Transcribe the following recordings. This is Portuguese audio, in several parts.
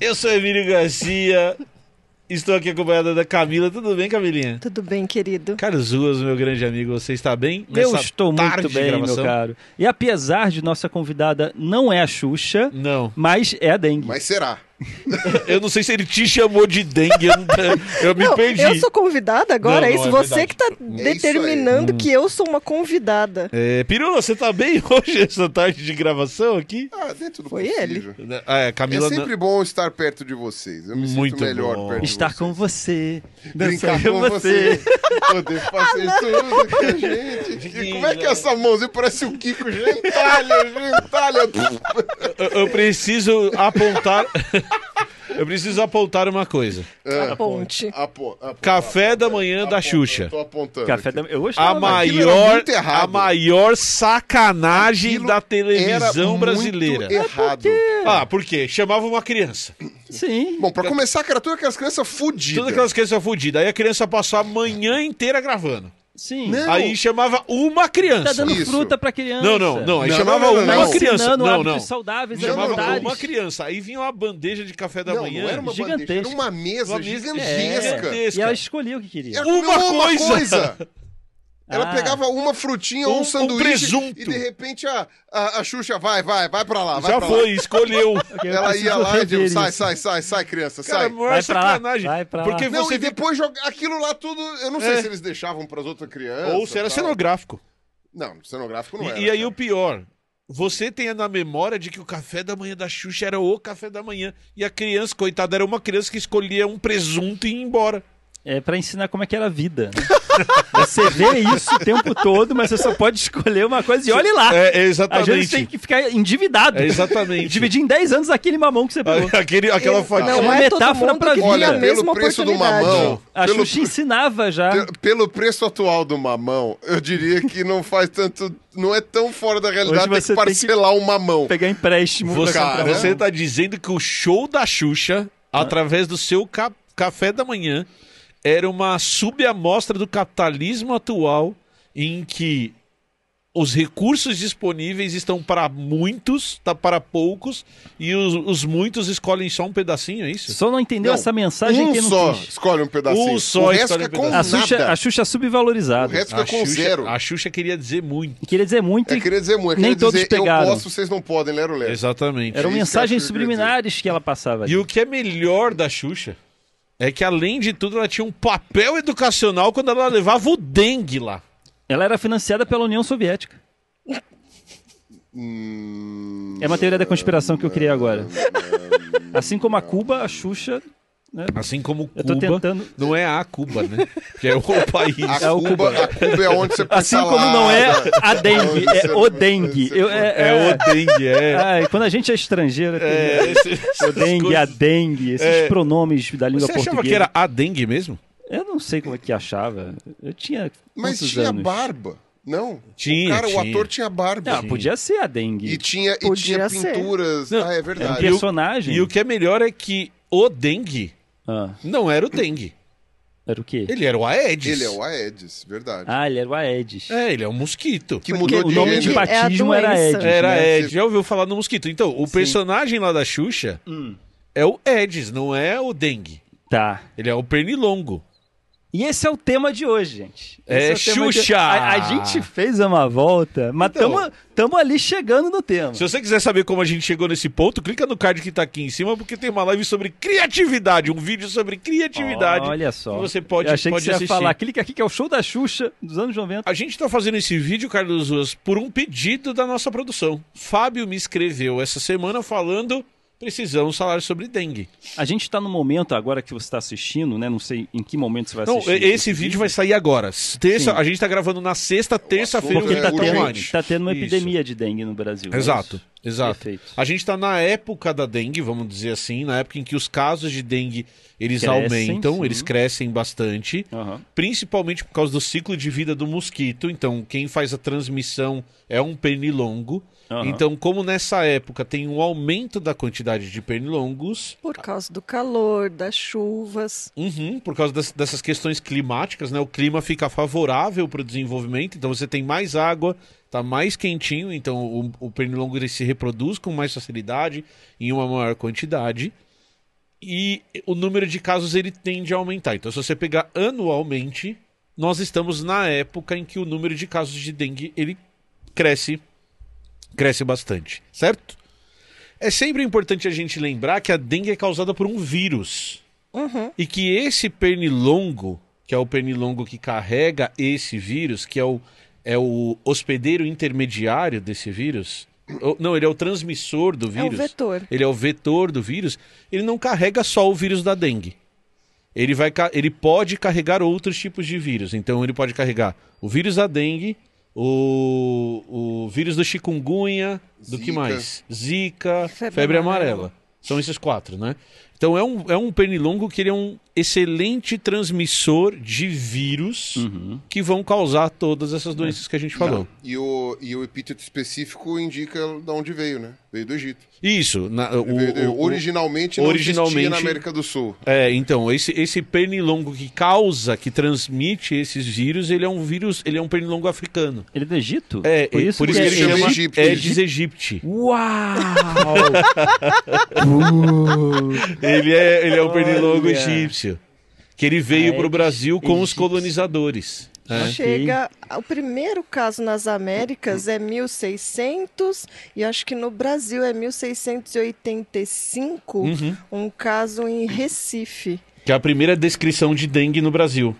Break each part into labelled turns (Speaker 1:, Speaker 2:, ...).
Speaker 1: Eu sou Emílio Garcia. Estou aqui acompanhada da Camila. Tudo bem, Camilinha?
Speaker 2: Tudo bem, querido?
Speaker 1: Carlos Ruas, meu grande amigo, você está bem?
Speaker 3: Eu
Speaker 1: nessa
Speaker 3: estou
Speaker 1: tarde
Speaker 3: muito
Speaker 1: de
Speaker 3: bem, meu
Speaker 1: gravação?
Speaker 3: caro. E apesar de nossa convidada não é a Xuxa,
Speaker 1: Não,
Speaker 3: mas é a dengue.
Speaker 4: Mas será?
Speaker 1: eu não sei se ele te chamou de dengue. Eu, não- eu me
Speaker 2: Não,
Speaker 1: perdi.
Speaker 2: eu sou convidada agora?
Speaker 1: Não,
Speaker 2: é
Speaker 1: não,
Speaker 2: isso?
Speaker 1: é
Speaker 2: você
Speaker 1: verdade.
Speaker 2: que tá
Speaker 4: aí.
Speaker 2: determinando que eu sou uma convidada.
Speaker 1: É, Pirula, você tá bem hoje, essa tarde de gravação aqui?
Speaker 4: Ah, dentro do
Speaker 2: Foi
Speaker 4: possível.
Speaker 1: Ah, é, Camila.
Speaker 4: é sempre bom estar perto de vocês. Eu me
Speaker 1: Muito
Speaker 4: sinto melhor
Speaker 1: bom.
Speaker 4: perto
Speaker 3: Estar
Speaker 4: de vocês.
Speaker 3: com você, dançar
Speaker 4: Brincar
Speaker 3: com você.
Speaker 4: Poder
Speaker 1: Ah,
Speaker 4: fazer tudo com a gente. E como é que é essa mãozinha parece o Kiko? Gentalha, gentalha.
Speaker 1: não- eu, eu preciso apontar. eu preciso apontar uma coisa.
Speaker 4: É.
Speaker 2: a ponte.
Speaker 4: Ah, pô, ah, pô,
Speaker 1: Café da
Speaker 4: ah,
Speaker 1: manhã
Speaker 4: pô,
Speaker 1: da Xuxa.
Speaker 4: Eu tô apontando.
Speaker 3: Café
Speaker 4: aqui.
Speaker 3: da... Eu gostei.
Speaker 1: A
Speaker 4: aquilo era
Speaker 1: maior,
Speaker 4: muito errado.
Speaker 1: a maior sacanagem
Speaker 4: Aquilo
Speaker 1: da
Speaker 4: Era
Speaker 1: televisão
Speaker 4: muito
Speaker 1: brasileira.
Speaker 4: errado.
Speaker 1: Ah, por quê? Chamava uma criança.
Speaker 3: Sim.
Speaker 4: Bom, pra começar, cara, todas aquelas crianças fudidas.
Speaker 1: Todas aquelas crianças fodidas. Aí a criança passou a manhã inteira gravando.
Speaker 3: Sim.
Speaker 4: Não.
Speaker 1: Aí chamava uma
Speaker 3: Tá
Speaker 1: criança.
Speaker 3: dando
Speaker 4: Isso.
Speaker 3: fruta pra criança.
Speaker 1: Não, não, não. Aí
Speaker 4: Não,
Speaker 1: chamava
Speaker 4: não, não,
Speaker 1: uma
Speaker 3: Tá
Speaker 4: não.
Speaker 1: criança.
Speaker 3: ensinando
Speaker 1: Não,
Speaker 3: hábitos
Speaker 1: não.
Speaker 3: saudáveis,
Speaker 4: Chamava
Speaker 1: Chamava
Speaker 3: alimentares.
Speaker 1: uma criança. Aí vinha uma bandeja de café da
Speaker 4: não,
Speaker 1: manhã.
Speaker 4: não era uma
Speaker 3: gigantesca.
Speaker 4: bandeja, era uma mesa
Speaker 1: Uma mesa
Speaker 4: gigantesca.
Speaker 1: gigantesca.
Speaker 3: É. E ela escolhia o que queria.
Speaker 4: Ela
Speaker 1: Uma
Speaker 4: comeu
Speaker 1: coisa.
Speaker 4: Ela
Speaker 3: Ah.
Speaker 4: pegava uma frutinha ou
Speaker 1: Um- um
Speaker 4: um sanduíche
Speaker 1: presunto.
Speaker 4: e de repente a, a, a Xuxa vai, vai, vai pra lá, vai
Speaker 1: Já
Speaker 4: pra
Speaker 1: foi, escolheu.
Speaker 3: Ok, eu
Speaker 4: lá. Ela
Speaker 3: preciso
Speaker 4: ia lá e
Speaker 3: rever
Speaker 4: dizia, sai,
Speaker 3: isso.
Speaker 4: sai, sai, sai, criança,
Speaker 1: Cara, é a
Speaker 4: sai.
Speaker 1: maior
Speaker 3: Vai pra lá,
Speaker 1: sacanagem.
Speaker 3: vai pra lá.
Speaker 1: porque
Speaker 4: Não,
Speaker 1: você É.
Speaker 4: e depois joga aquilo lá tudo, eu não sei se eles deixavam pras outras crianças.
Speaker 1: Ou se era
Speaker 4: tal.
Speaker 1: cenográfico.
Speaker 4: Não, cenográfico não
Speaker 1: E,
Speaker 4: era.
Speaker 1: e aí
Speaker 4: cara.
Speaker 1: o pior. Você tem na memória de que o café da manhã da Xuxa era o café da manhã. E a criança, coitada, era uma criança que escolhia um presunto e ia embora.
Speaker 3: É pra ensinar como é que era a vida. né? Você vê isso o tempo todo, mas você só pode escolher uma coisa e olhe lá.
Speaker 1: É, é
Speaker 3: Às vezes tem
Speaker 1: exatamente.
Speaker 3: que ficar endividado.
Speaker 1: É exatamente.
Speaker 3: Dividir em 10 anos aquele mamão que você pegou.
Speaker 1: Aquele, aquela fatia.
Speaker 2: Não,
Speaker 3: uma
Speaker 2: é todo
Speaker 3: metáfora
Speaker 2: mundo
Speaker 3: pra
Speaker 2: que
Speaker 3: vida.
Speaker 2: tem a
Speaker 4: Olha,
Speaker 2: mesma
Speaker 4: pelo preço do
Speaker 2: oportunidade.
Speaker 4: mamão,
Speaker 3: A
Speaker 4: pelo,
Speaker 3: Xuxa ensinava já.
Speaker 4: pe- pelo preço atual do mamão, eu diria que não faz tanto, não é tão fora da realidade ter
Speaker 3: você
Speaker 4: que
Speaker 3: tem que-
Speaker 4: parcelar um mamão.
Speaker 3: Pegar empréstimo. pra
Speaker 1: Você,
Speaker 3: comprar
Speaker 4: cara,
Speaker 1: você
Speaker 3: mamão.
Speaker 1: tá dizendo que o show da Xuxa, através do seu ca- café da manhã, era uma subamostra do capitalismo atual em que os recursos disponíveis estão para muitos, tá para poucos, e os, os muitos escolhem só um pedacinho, é isso?
Speaker 3: Só não entendeu
Speaker 4: Não,
Speaker 3: essa mensagem
Speaker 4: um
Speaker 3: quem não
Speaker 4: só
Speaker 3: quis.
Speaker 4: escolhe um pedacinho.
Speaker 1: Um só
Speaker 4: o resto
Speaker 1: escolhe
Speaker 4: é
Speaker 1: um
Speaker 4: com
Speaker 3: A
Speaker 1: pedacinho.
Speaker 3: Xuxa,
Speaker 4: nada.
Speaker 3: a Xuxa é
Speaker 4: O
Speaker 3: subvalorizada.
Speaker 4: resto fica
Speaker 1: A
Speaker 4: com zero.
Speaker 1: Xuxa, a Xuxa queria dizer muito.
Speaker 3: Queria dizer muito
Speaker 4: É,
Speaker 3: e
Speaker 4: queria dizer muito.
Speaker 3: Nem
Speaker 4: queria
Speaker 3: todos
Speaker 4: dizer,
Speaker 3: pegaram.
Speaker 4: Eu posso, vocês não podem, lero, lero.
Speaker 1: Exatamente.
Speaker 3: eram
Speaker 4: isso que a
Speaker 3: mensagens
Speaker 4: Xuxa queria
Speaker 3: subliminares que ela passava. ali.
Speaker 1: é E o que é melhor da Xuxa é que, além de tudo, ela tinha um papel educacional quando ela levava o dengue lá.
Speaker 3: Ela era financiada pela União Soviética.
Speaker 4: Hum,
Speaker 3: É uma teoria da conspiração que eu criei agora. Assim como a Cuba, a Xuxa.
Speaker 1: Assim como
Speaker 3: Eu tô
Speaker 1: Cuba.
Speaker 3: tentando-
Speaker 1: Não é a Cuba, né? Que é o país.
Speaker 4: A,
Speaker 3: É o
Speaker 4: Cuba,
Speaker 3: Cuba.
Speaker 4: a Cuba é onde você né? põe
Speaker 3: Assim como não é a dengue, é o dengue. Eu- é,
Speaker 1: É
Speaker 3: é-
Speaker 1: o dengue, é.
Speaker 3: Ai, quando a gente é estrangeiro,
Speaker 1: É, esse-
Speaker 3: o dengue, a dengue, esses
Speaker 1: É.
Speaker 3: pronomes da língua
Speaker 1: Você
Speaker 3: portuguesa.
Speaker 1: achava que era a dengue mesmo?
Speaker 3: Eu não sei como é que achava. Eu tinha.
Speaker 4: Mas
Speaker 3: quantos
Speaker 4: tinha
Speaker 3: anos?
Speaker 4: barba. Não.
Speaker 1: Tinha,
Speaker 4: O cara,
Speaker 1: tinha.
Speaker 4: o ator tinha barba.
Speaker 3: Ah, podia ser a
Speaker 4: E
Speaker 3: dengue.
Speaker 4: tinha, e
Speaker 2: Podia
Speaker 4: tinha
Speaker 2: ser.
Speaker 4: pinturas.
Speaker 1: Não,
Speaker 4: Ah, é
Speaker 3: Era um
Speaker 4: verdade.
Speaker 1: eu-
Speaker 3: personagem.
Speaker 1: E o que é melhor é que o dengue
Speaker 3: Ah,
Speaker 1: não era o dengue.
Speaker 3: era o quê?
Speaker 1: Ele era o Aedes.
Speaker 4: Ele é o Aedes, verdade.
Speaker 3: Ah, ele era o Aedes.
Speaker 1: É, ele é um mosquito.
Speaker 4: que
Speaker 2: porque
Speaker 4: mudou
Speaker 3: O
Speaker 4: de
Speaker 3: nome de
Speaker 4: gênero.
Speaker 2: bat-
Speaker 3: batismo
Speaker 2: É a
Speaker 3: era
Speaker 2: doença.
Speaker 3: Aedes.
Speaker 1: Era
Speaker 3: né?
Speaker 1: Aedes. Já ouviu falar no mosquito. Então, o personagem lá da Xuxa
Speaker 4: Hum.
Speaker 1: é o Aedes, não é o dengue.
Speaker 3: Tá.
Speaker 1: Ele é o pernilongo.
Speaker 3: E esse é o tema de hoje, gente.
Speaker 1: É,
Speaker 3: Esse o tema
Speaker 1: Xuxa!
Speaker 3: de- A, a gente fez uma volta, mas
Speaker 1: Então.
Speaker 3: estamos ali chegando no tema.
Speaker 1: Se você quiser saber como a gente chegou nesse ponto, clica no card que tá aqui em cima, porque tem uma live sobre criatividade, um vídeo sobre criatividade.
Speaker 3: Olha só.
Speaker 1: que você pode-
Speaker 3: Eu achei
Speaker 1: pode
Speaker 3: que você
Speaker 1: assistir.
Speaker 3: ia falar. Clica aqui que é o show da Xuxa dos anos 90.
Speaker 1: A gente tá fazendo esse vídeo, Carlos Ruas, por um pedido da nossa produção. Fábio me escreveu essa semana falando precisamos falar sobre dengue.
Speaker 3: A gente está no momento agora que você está assistindo, né? Não sei em que momento você vai
Speaker 1: Então,
Speaker 3: assistir.
Speaker 1: esse vídeo vai sair agora. Terça,
Speaker 3: Sim.
Speaker 1: a gente tá gravando na sexta, terça-feira,
Speaker 3: Porque
Speaker 1: o
Speaker 3: tá
Speaker 1: vídeo tá
Speaker 4: urgente.
Speaker 1: online.
Speaker 3: tendo, tá tendo uma
Speaker 1: Isso.
Speaker 3: epidemia de dengue no Brasil. não é
Speaker 1: Exato,
Speaker 3: isso?
Speaker 1: exato.
Speaker 3: Perfeito.
Speaker 1: A gente tá na época da dengue, vamos dizer assim, na época em que os casos de dengue, eles
Speaker 3: Crescem,
Speaker 1: aumentam,
Speaker 3: sim.
Speaker 1: eles crescem bastante.
Speaker 3: Aham.
Speaker 1: principalmente por causa do ciclo de vida do mosquito. Então, quem faz a transmissão é um pernilongo.
Speaker 3: Aham.
Speaker 1: Então, como nessa época tem um aumento da quantidade de pernilongos,
Speaker 2: Por causa do calor, das chuvas.
Speaker 1: uhum, por causa das- dessas questões climáticas, né? O clima fica favorável para o desenvolvimento, então você tem mais água, tá mais quentinho, então o, o pernilongo ele se reproduz com mais facilidade em uma maior quantidade. e o número de casos ele tende a aumentar. Então, se você pegar anualmente, nós estamos na época em que o número de casos de dengue ele cresce, cresce bastante, certo? É sempre importante a gente lembrar que a dengue é causada por um vírus
Speaker 2: Uhum.
Speaker 1: e que esse pernilongo, que é o pernilongo que carrega esse vírus, que é o, é o hospedeiro intermediário desse vírus, ou- não, ele é o transmissor do
Speaker 2: É o
Speaker 1: vírus
Speaker 2: vetor.
Speaker 1: ele é o vetor do vírus, ele não carrega só o vírus da dengue. Ele, vai, ca- ele pode carregar outros tipos de vírus. Então, ele pode carregar o vírus da dengue, o, o vírus do chikungunya, do que
Speaker 4: Zika.
Speaker 1: mais? Zika, febre,
Speaker 2: Febre
Speaker 1: amarela.
Speaker 2: amarela.
Speaker 1: São esses quatro, né? Então, é um, é um pernilongo que ele é um excelente transmissor de vírus que vão causar todas essas doenças que a gente falou.
Speaker 4: E o, e o epíteto específico indica de onde veio, né? Veio do Egito.
Speaker 1: Isso. na- o-
Speaker 4: Veio do-
Speaker 1: o- o-
Speaker 4: originalmente não
Speaker 1: originalmente-
Speaker 4: existia na América do Sul.
Speaker 1: É, então, esse, esse pernilongo que causa, que transmite esses vírus, ele é um vírus, ele é um pernilongo africano.
Speaker 3: Ele é do Egito?
Speaker 1: É,
Speaker 3: por isso,
Speaker 1: que ele
Speaker 4: chama
Speaker 1: chama
Speaker 4: Egipto.
Speaker 1: Aedes aegypti.
Speaker 3: Uau!
Speaker 1: Ele é, ele é um pernilongo
Speaker 3: Olha.
Speaker 1: egípcio, que ele veio
Speaker 3: Aedes
Speaker 1: pro Brasil com os
Speaker 3: aegypti.
Speaker 1: colonizadores.
Speaker 3: É.
Speaker 1: né?
Speaker 2: Chega. O primeiro caso nas Américas é 1600 e acho que no Brasil é 1685.
Speaker 1: Uhum.
Speaker 2: Um caso em Recife.
Speaker 1: Que é a primeira descrição de dengue no Brasil.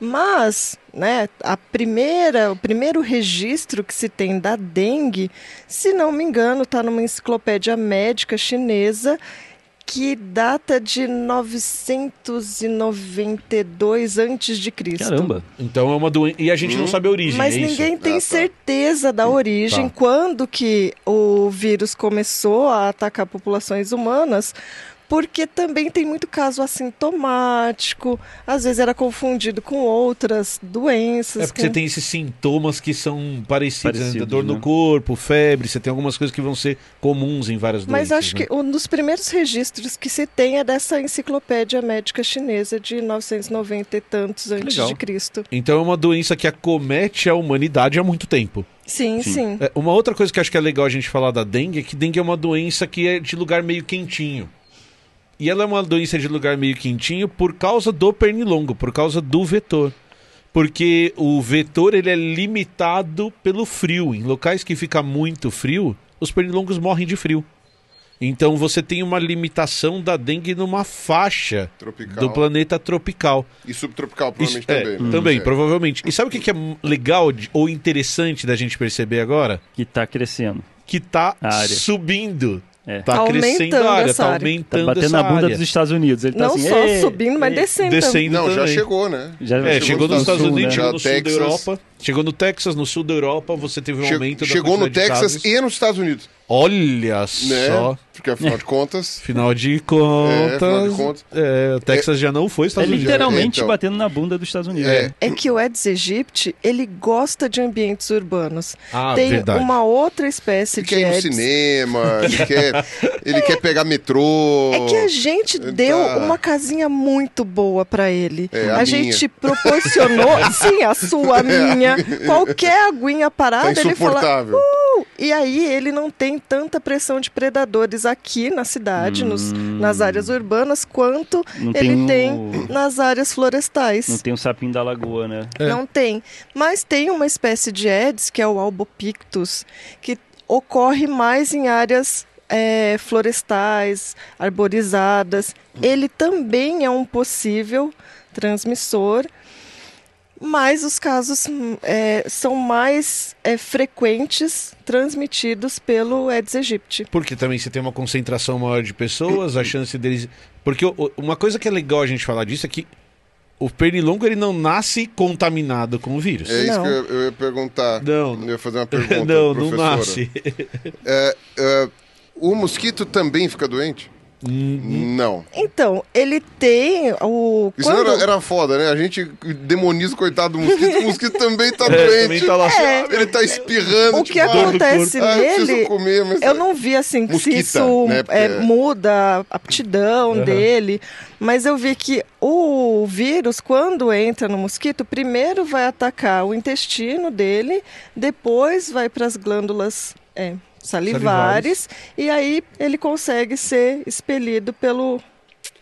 Speaker 2: Mas, né, a primeira, o primeiro registro que se tem da dengue, se não me engano, está numa enciclopédia médica chinesa que data de 992 antes de Cristo.
Speaker 3: Caramba!
Speaker 1: Então é uma doença. E a gente não sabe a origem.
Speaker 2: Mas
Speaker 1: é isso?
Speaker 2: ninguém tem
Speaker 4: Ah, tá.
Speaker 2: certeza da origem
Speaker 1: Tá.
Speaker 2: quando que o vírus começou a atacar populações humanas, porque também tem muito caso assintomático, às vezes era confundido com outras doenças.
Speaker 1: É porque
Speaker 2: com-
Speaker 1: você tem esses sintomas que são parecidos, né?
Speaker 3: Parecido,
Speaker 1: dor no
Speaker 3: né?
Speaker 1: corpo, febre, você tem algumas coisas que vão ser comuns em várias doenças.
Speaker 2: Mas acho
Speaker 1: né?
Speaker 2: que um dos primeiros registros que se tem é dessa enciclopédia médica chinesa de 990 e tantos antes
Speaker 3: legal.
Speaker 2: de Cristo.
Speaker 1: Então é uma doença que acomete a humanidade há muito tempo.
Speaker 2: Sim,
Speaker 3: Sim.
Speaker 2: sim.
Speaker 1: É, uma outra coisa que eu acho que é legal a gente falar da dengue é que dengue é uma doença que é de lugar meio quentinho. E ela é uma doença de lugar meio quentinho por causa do pernilongo, por causa do vetor. Porque o vetor ele é limitado pelo frio. Em locais que fica muito frio, os pernilongos morrem de frio. Então você tem uma limitação da dengue numa faixa
Speaker 4: Tropical.
Speaker 1: do planeta tropical.
Speaker 4: E subtropical,
Speaker 1: Isso,
Speaker 4: provavelmente
Speaker 1: é,
Speaker 4: também. né?
Speaker 1: também,
Speaker 4: É.
Speaker 1: provavelmente. E sabe o que, que é legal de- ou interessante da gente perceber agora?
Speaker 3: Que tá crescendo.
Speaker 1: Que tá
Speaker 3: A área.
Speaker 1: subindo.
Speaker 3: É.
Speaker 1: Tá,
Speaker 2: Tá
Speaker 1: crescendo
Speaker 2: aumentando
Speaker 1: a área,
Speaker 2: essa
Speaker 1: tá
Speaker 2: área.
Speaker 1: aumentando
Speaker 3: Tá batendo
Speaker 1: essa
Speaker 3: na bunda
Speaker 1: área.
Speaker 3: dos Estados Unidos.
Speaker 1: É,
Speaker 3: Ele tá
Speaker 2: Não
Speaker 3: assim,
Speaker 2: só
Speaker 3: "Ê,
Speaker 2: subindo, mas
Speaker 3: ê".
Speaker 2: descendo.
Speaker 1: Descendo
Speaker 4: Não, já
Speaker 1: também.
Speaker 4: chegou, né?
Speaker 3: Já-
Speaker 1: É, chegou nos Estados
Speaker 3: Sul,
Speaker 1: Unidos,
Speaker 3: né?
Speaker 1: chegou no
Speaker 4: Já
Speaker 1: sul da
Speaker 4: Texas.
Speaker 1: Europa, chegou no Texas, no sul da Europa, você teve um
Speaker 4: Che-
Speaker 1: aumento da
Speaker 4: chegou no
Speaker 1: quantidade de
Speaker 4: Texas
Speaker 1: casos.
Speaker 4: e nos Estados Unidos,
Speaker 1: Olha
Speaker 4: né?
Speaker 1: só,
Speaker 4: Porque afinal de contas,
Speaker 1: final de
Speaker 4: É, afinal de
Speaker 1: contas,
Speaker 4: contas.
Speaker 1: é, o Texas já não foi
Speaker 3: É
Speaker 1: Estados Unidos.
Speaker 3: literalmente
Speaker 4: Então.
Speaker 3: batendo na bunda dos Estados Unidos.
Speaker 4: É.
Speaker 3: né?
Speaker 2: É que o Aedes aegypti, ele gosta de ambientes urbanos.
Speaker 1: Ah,
Speaker 2: tem
Speaker 1: verdade.
Speaker 2: uma outra espécie é
Speaker 4: ele
Speaker 2: de
Speaker 4: quer ir no
Speaker 2: Aedes.
Speaker 4: cinema, ele quer, ele quer pegar metrô.
Speaker 2: É que a gente
Speaker 4: Tá.
Speaker 2: deu uma casinha muito boa pra ele.
Speaker 4: É, a
Speaker 2: a
Speaker 4: minha. É,
Speaker 2: gente proporcionou, sim, a sua, a minha, qualquer aguinha
Speaker 4: Tá
Speaker 2: parada, ele fala.
Speaker 4: insuportável.
Speaker 2: E aí ele não tem tanta pressão de predadores aqui na cidade, nos-
Speaker 1: Hum.
Speaker 2: nas áreas urbanas, quanto
Speaker 3: Não
Speaker 2: ele
Speaker 3: tem,
Speaker 2: tem
Speaker 3: o...
Speaker 2: nas áreas florestais.
Speaker 3: Não tem o sapinho da lagoa, né?
Speaker 1: É.
Speaker 2: Não tem. Mas tem uma espécie de Aedes, que é o albopictus, que ocorre mais em áreas é, florestais, arborizadas. Ele também é um possível transmissor, mas os casos hum, é, são mais é, frequentes transmitidos pelo Aedes aegypti.
Speaker 1: Porque também você tem uma concentração maior de pessoas, a chance deles. Porque o- o- uma coisa que é legal a gente falar disso é que o pernilongo ele não nasce contaminado com o vírus.
Speaker 4: É isso
Speaker 2: Não.
Speaker 4: que eu, eu ia perguntar.
Speaker 1: Não.
Speaker 4: Eu ia fazer uma pergunta,
Speaker 1: não, não
Speaker 4: professora. É,
Speaker 1: nasce.
Speaker 4: O mosquito também fica doente?
Speaker 1: Uhum.
Speaker 4: Não.
Speaker 2: Então, ele tem o...
Speaker 4: Isso
Speaker 2: quando-
Speaker 4: era, era foda, né? A gente demoniza o coitado do mosquito. O mosquito também tá doente.
Speaker 1: também tá lá.
Speaker 2: É.
Speaker 4: Ele tá espirrando.
Speaker 2: O
Speaker 4: tipo,
Speaker 2: que
Speaker 4: ah,
Speaker 2: acontece
Speaker 4: ah, eu preciso
Speaker 2: nele
Speaker 4: comer, mas... é.
Speaker 2: Eu não vi assim
Speaker 4: Mosquita,
Speaker 2: se isso
Speaker 4: né?
Speaker 2: é,
Speaker 4: Porque-
Speaker 2: muda a aptidão dele, mas eu vi que o vírus, quando entra no mosquito, primeiro vai atacar o intestino dele, depois vai para as glândulas é, salivares, e aí ele consegue ser expelido pelo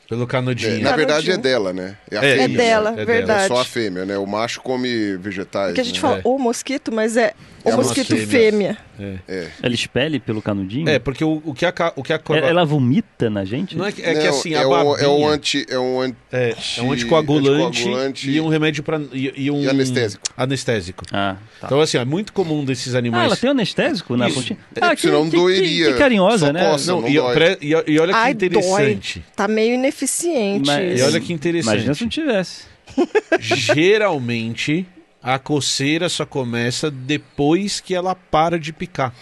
Speaker 1: Pelo canudinho.
Speaker 4: na verdade é
Speaker 2: Canudinho.
Speaker 4: dela, né? É
Speaker 1: É,
Speaker 4: a fêmea.
Speaker 2: É
Speaker 1: isso,
Speaker 2: dela,
Speaker 1: é dela. É.
Speaker 2: verdade.
Speaker 4: Só a fêmea, né? O macho come vegetais.
Speaker 2: Porque a gente
Speaker 4: né?
Speaker 2: fala o mosquito, mas é o
Speaker 4: É uma
Speaker 2: mosquito
Speaker 1: fêmea.
Speaker 2: fêmea.
Speaker 3: Ela expele pelo canudinho?
Speaker 1: É, porque o, o que a, ca- o que a
Speaker 3: Ela,
Speaker 1: cobra-
Speaker 3: É, ela vomita na gente?
Speaker 1: Não é, que- é
Speaker 4: Não,
Speaker 1: que assim,
Speaker 4: é
Speaker 1: a
Speaker 4: um,
Speaker 1: babinha...
Speaker 4: é um anti. É um anti
Speaker 1: É, é um anticoagulante,
Speaker 4: anticoagulante
Speaker 1: e um remédio para e, e um
Speaker 4: E anestésico.
Speaker 1: anestésico.
Speaker 3: Ah, tá.
Speaker 1: Então assim, ó, é muito comum desses
Speaker 3: Ah, ela
Speaker 1: animais.
Speaker 3: tem um anestésico na
Speaker 1: Isso.
Speaker 3: pontinha?
Speaker 4: É,
Speaker 3: Ah, que,
Speaker 4: senão
Speaker 3: que, que-
Speaker 4: doeria.
Speaker 3: que carinhosa,
Speaker 4: Só
Speaker 3: né?
Speaker 4: coça.
Speaker 1: Não,
Speaker 4: Não
Speaker 1: e, ó,
Speaker 4: dói.
Speaker 1: pre- e ó- e olha que
Speaker 2: Ai, dói.
Speaker 1: interessante.
Speaker 2: Tá meio ineficiente.
Speaker 3: Mas-
Speaker 1: E
Speaker 2: isso.
Speaker 1: olha que
Speaker 3: Imagina se
Speaker 1: interessante.
Speaker 3: não tivesse.
Speaker 1: Geralmente a coceira só começa depois que ela para de picar.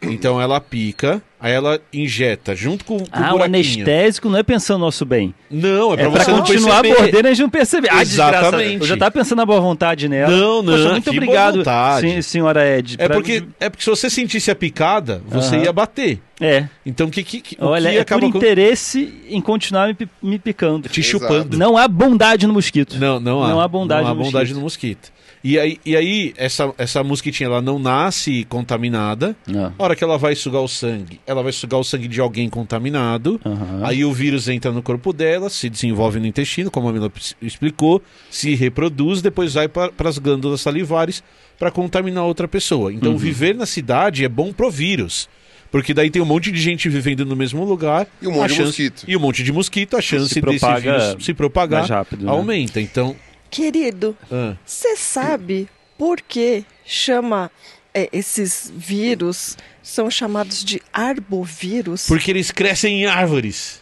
Speaker 1: Então ela pica, aí ela injeta junto com, com
Speaker 3: Ah,
Speaker 1: o
Speaker 3: o
Speaker 1: buraquinho.
Speaker 3: anestésico não é pensando no nosso bem.
Speaker 1: Não, é pra
Speaker 3: É pra
Speaker 1: você não
Speaker 3: continuar
Speaker 1: perceber.
Speaker 3: mordendo e a gente não perceber. Ah, desgraça.
Speaker 1: Exatamente.
Speaker 3: Eu já tava pensando na boa vontade nela.
Speaker 1: Não, não,
Speaker 3: Poxa, muito
Speaker 1: que boa
Speaker 3: obrigado,
Speaker 1: vontade.
Speaker 3: sen- senhora Ed.
Speaker 1: É
Speaker 3: pra-
Speaker 1: porque é porque se você sentisse a picada, você
Speaker 3: Aham.
Speaker 1: ia bater.
Speaker 3: É.
Speaker 1: Então que que, que o
Speaker 3: Olha,
Speaker 1: que
Speaker 3: é por
Speaker 1: acaba com-
Speaker 3: interesse em continuar me, pi- me picando.
Speaker 1: te chupando?
Speaker 3: Não há bondade no mosquito.
Speaker 1: Não, não há.
Speaker 3: Não há bondade
Speaker 1: Não há
Speaker 3: no
Speaker 1: bondade no mosquito. E aí, e aí essa, essa mosquitinha, ela não nasce contaminada.
Speaker 3: Não.
Speaker 1: A hora que ela vai sugar o sangue, ela vai sugar o sangue de alguém contaminado.
Speaker 3: Aham.
Speaker 1: Aí o vírus entra no corpo dela, se desenvolve no intestino, como a Mila ps- explicou, se reproduz, depois vai para as glândulas salivares para contaminar outra pessoa. Então
Speaker 3: Uhum.
Speaker 1: viver na cidade é bom pro vírus. Porque daí tem um monte de gente vivendo no mesmo lugar.
Speaker 4: E um monte
Speaker 1: a
Speaker 4: de
Speaker 1: chance-
Speaker 4: mosquito.
Speaker 1: E um monte de mosquito, a chance desse
Speaker 3: propaga
Speaker 1: vírus se propagar
Speaker 3: mais rápido, né?
Speaker 1: aumenta. Então,
Speaker 2: Querido,
Speaker 1: ah,
Speaker 2: você sabe por que chama é, esses vírus são chamados de arbovírus?
Speaker 1: porque eles crescem em árvores.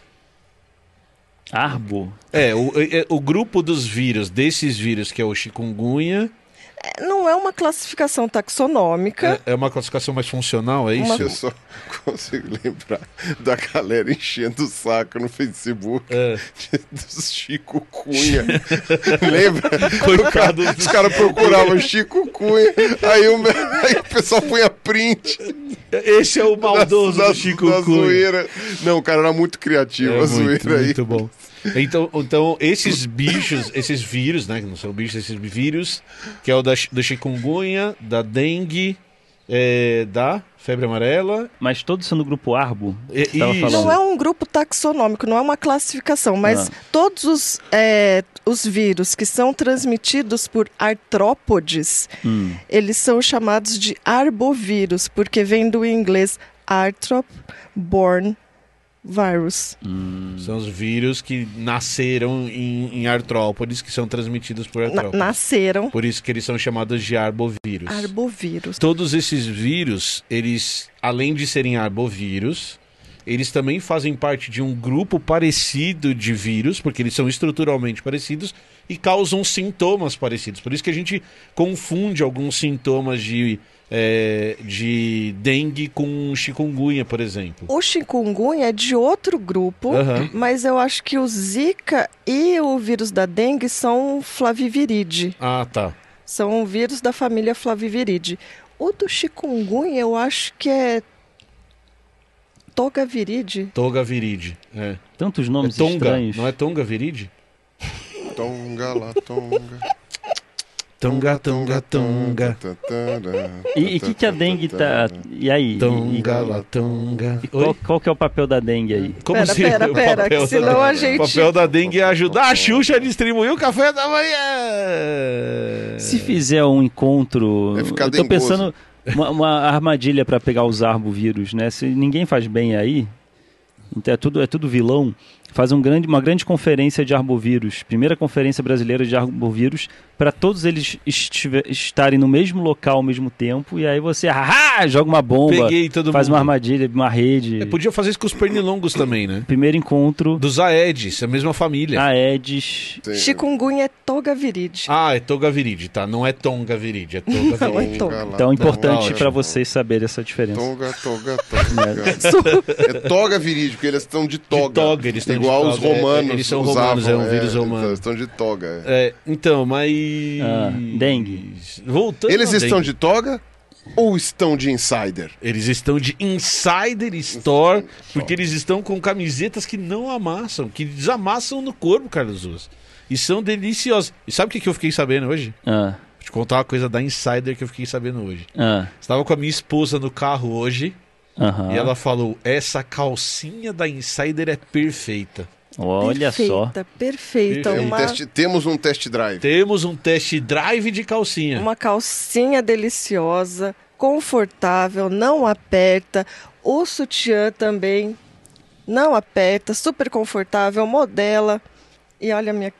Speaker 3: Arbo.
Speaker 1: É, o, é, o grupo dos vírus, desses vírus, que é o chikungunya,
Speaker 2: É, Não é uma classificação taxonômica.
Speaker 1: é, é uma classificação mais funcional, é
Speaker 2: Uma-
Speaker 1: isso?
Speaker 4: Eu só consigo lembrar da galera enchendo o saco no Facebook
Speaker 1: É.
Speaker 4: do Chico Cunha. Lembra?
Speaker 1: Coitado
Speaker 4: Os caras procuravam Chico Cunha, aí o, aí o pessoal punha print
Speaker 1: Esse é o maldoso
Speaker 4: da,
Speaker 1: do Chico
Speaker 4: da
Speaker 1: Cunha.
Speaker 4: zoeira. Não, o cara era muito criativo,
Speaker 1: É
Speaker 4: a
Speaker 1: muito,
Speaker 4: zoeira aí.
Speaker 1: muito bom. Então, então, esses bichos, esses vírus, né? Que não são bichos, esses vírus, que é o da, chi- da chikungunya, da dengue, é, da febre amarela.
Speaker 3: Mas todos são do grupo Arbo?
Speaker 1: E-
Speaker 3: que você tava
Speaker 1: e-
Speaker 3: falando.
Speaker 2: Não é um grupo taxonômico, não é uma classificação, mas
Speaker 3: Não.
Speaker 2: todos os, é, os vírus que são transmitidos por artrópodes,
Speaker 3: Hum.
Speaker 2: eles são chamados de arbovírus, porque vem do inglês arthrop-borne virus.
Speaker 1: São os vírus que nasceram em, em artrópodes, que são transmitidos por
Speaker 2: Na-
Speaker 1: artrópodes.
Speaker 2: nasceram
Speaker 1: Por isso que eles são chamados de arbovírus.
Speaker 2: arbovírus.
Speaker 1: Todos esses vírus, eles, além de serem arbovírus, eles também fazem parte de um grupo parecido de vírus, porque eles são estruturalmente parecidos e causam sintomas parecidos. Por isso que a gente confunde alguns sintomas de, eh, de dengue com chikungunya, por exemplo.
Speaker 2: O chikungunya é de outro grupo,
Speaker 1: Aham.
Speaker 2: mas eu acho que o zika e o vírus da dengue são flaviviridae.
Speaker 1: Ah, tá.
Speaker 2: São um vírus da família Flaviviridae. O do chikungunya, eu acho que é togaviride.
Speaker 1: Togaviride. É.
Speaker 3: Tantos
Speaker 1: é
Speaker 3: nomes
Speaker 1: tonga.
Speaker 3: estranhos.
Speaker 1: Não é tongaviride?
Speaker 4: Tonga lá, tonga.
Speaker 1: Tonga, tonga, tonga.
Speaker 3: E o que, que a dengue tá. E aí? E- e-
Speaker 1: Tonga, lá, tonga.
Speaker 3: Qual, qual que é o papel da dengue aí?
Speaker 1: Como
Speaker 2: Pera,
Speaker 1: seria
Speaker 2: pera,
Speaker 1: o
Speaker 2: pera,
Speaker 1: papel
Speaker 2: que
Speaker 1: da-
Speaker 2: senão a
Speaker 1: O
Speaker 2: gente-
Speaker 1: papel da dengue é ajudar a Xuxa a distribuir o café da manhã.
Speaker 3: Se fizer um encontro.
Speaker 4: É ficar
Speaker 3: eu tô
Speaker 4: dengoso.
Speaker 3: pensando uma, uma armadilha pra pegar os arbovírus, né? Se ninguém faz bem aí, então é tudo, é tudo vilão. Faz um grande, uma grande conferência de arbovírus, primeira conferência brasileira de arbovírus, pra todos eles estive- estarem no mesmo local ao mesmo tempo, e aí você ah, joga uma bomba,
Speaker 1: Peguei todo
Speaker 3: faz
Speaker 1: mundo.
Speaker 3: uma armadilha, uma rede.
Speaker 1: É, podia fazer isso com os pernilongos também, né?
Speaker 3: Primeiro encontro,
Speaker 1: Dos Aedes, a mesma família.
Speaker 3: a Aedes.
Speaker 2: Chikungunya é togaviride.
Speaker 1: Ah, é Togaviride, tá? Não é Tongaviride, é
Speaker 2: Não,
Speaker 1: Togaviride.
Speaker 2: é tonga.
Speaker 3: Então é importante
Speaker 1: ótimo.
Speaker 3: pra vocês saberem essa diferença.
Speaker 4: Tonga, toga, toga. É toga virídico, porque eles estão de toga.
Speaker 1: De toga, eles estão de
Speaker 4: Igual os
Speaker 1: toga, é,
Speaker 4: romanos.
Speaker 1: é, eles são
Speaker 4: usavam,
Speaker 1: romanos, é um vírus
Speaker 4: eles
Speaker 1: romano.
Speaker 4: Estão de toga. é.
Speaker 1: É, então, mas...
Speaker 3: Ah, dengue.
Speaker 1: Voltando
Speaker 4: Eles
Speaker 1: à
Speaker 4: estão
Speaker 1: dengue.
Speaker 4: de toga ou estão de insider?
Speaker 1: Eles estão de Insider Store, porque eles estão com camisetas que não amassam, que desamassam no corpo, Carlos Ruas. E são deliciosas. E sabe o que que eu fiquei sabendo hoje?
Speaker 4: Então,
Speaker 3: Ah,
Speaker 1: Vou te contar uma coisa da Insider que eu fiquei sabendo hoje.
Speaker 3: ah,
Speaker 1: Estava com a minha esposa no carro hoje
Speaker 3: aham.
Speaker 1: e ela falou: Essa calcinha da Insider é perfeita.
Speaker 3: Olha só.
Speaker 2: perfeita, perfeita.
Speaker 1: Perfeito.
Speaker 4: um
Speaker 2: Uma,
Speaker 4: test- temos um test drive.
Speaker 1: Temos um test drive de calcinha.
Speaker 2: uma calcinha deliciosa, confortável, não aperta. O sutiã também não aperta, super confortável, modela. E olha a minha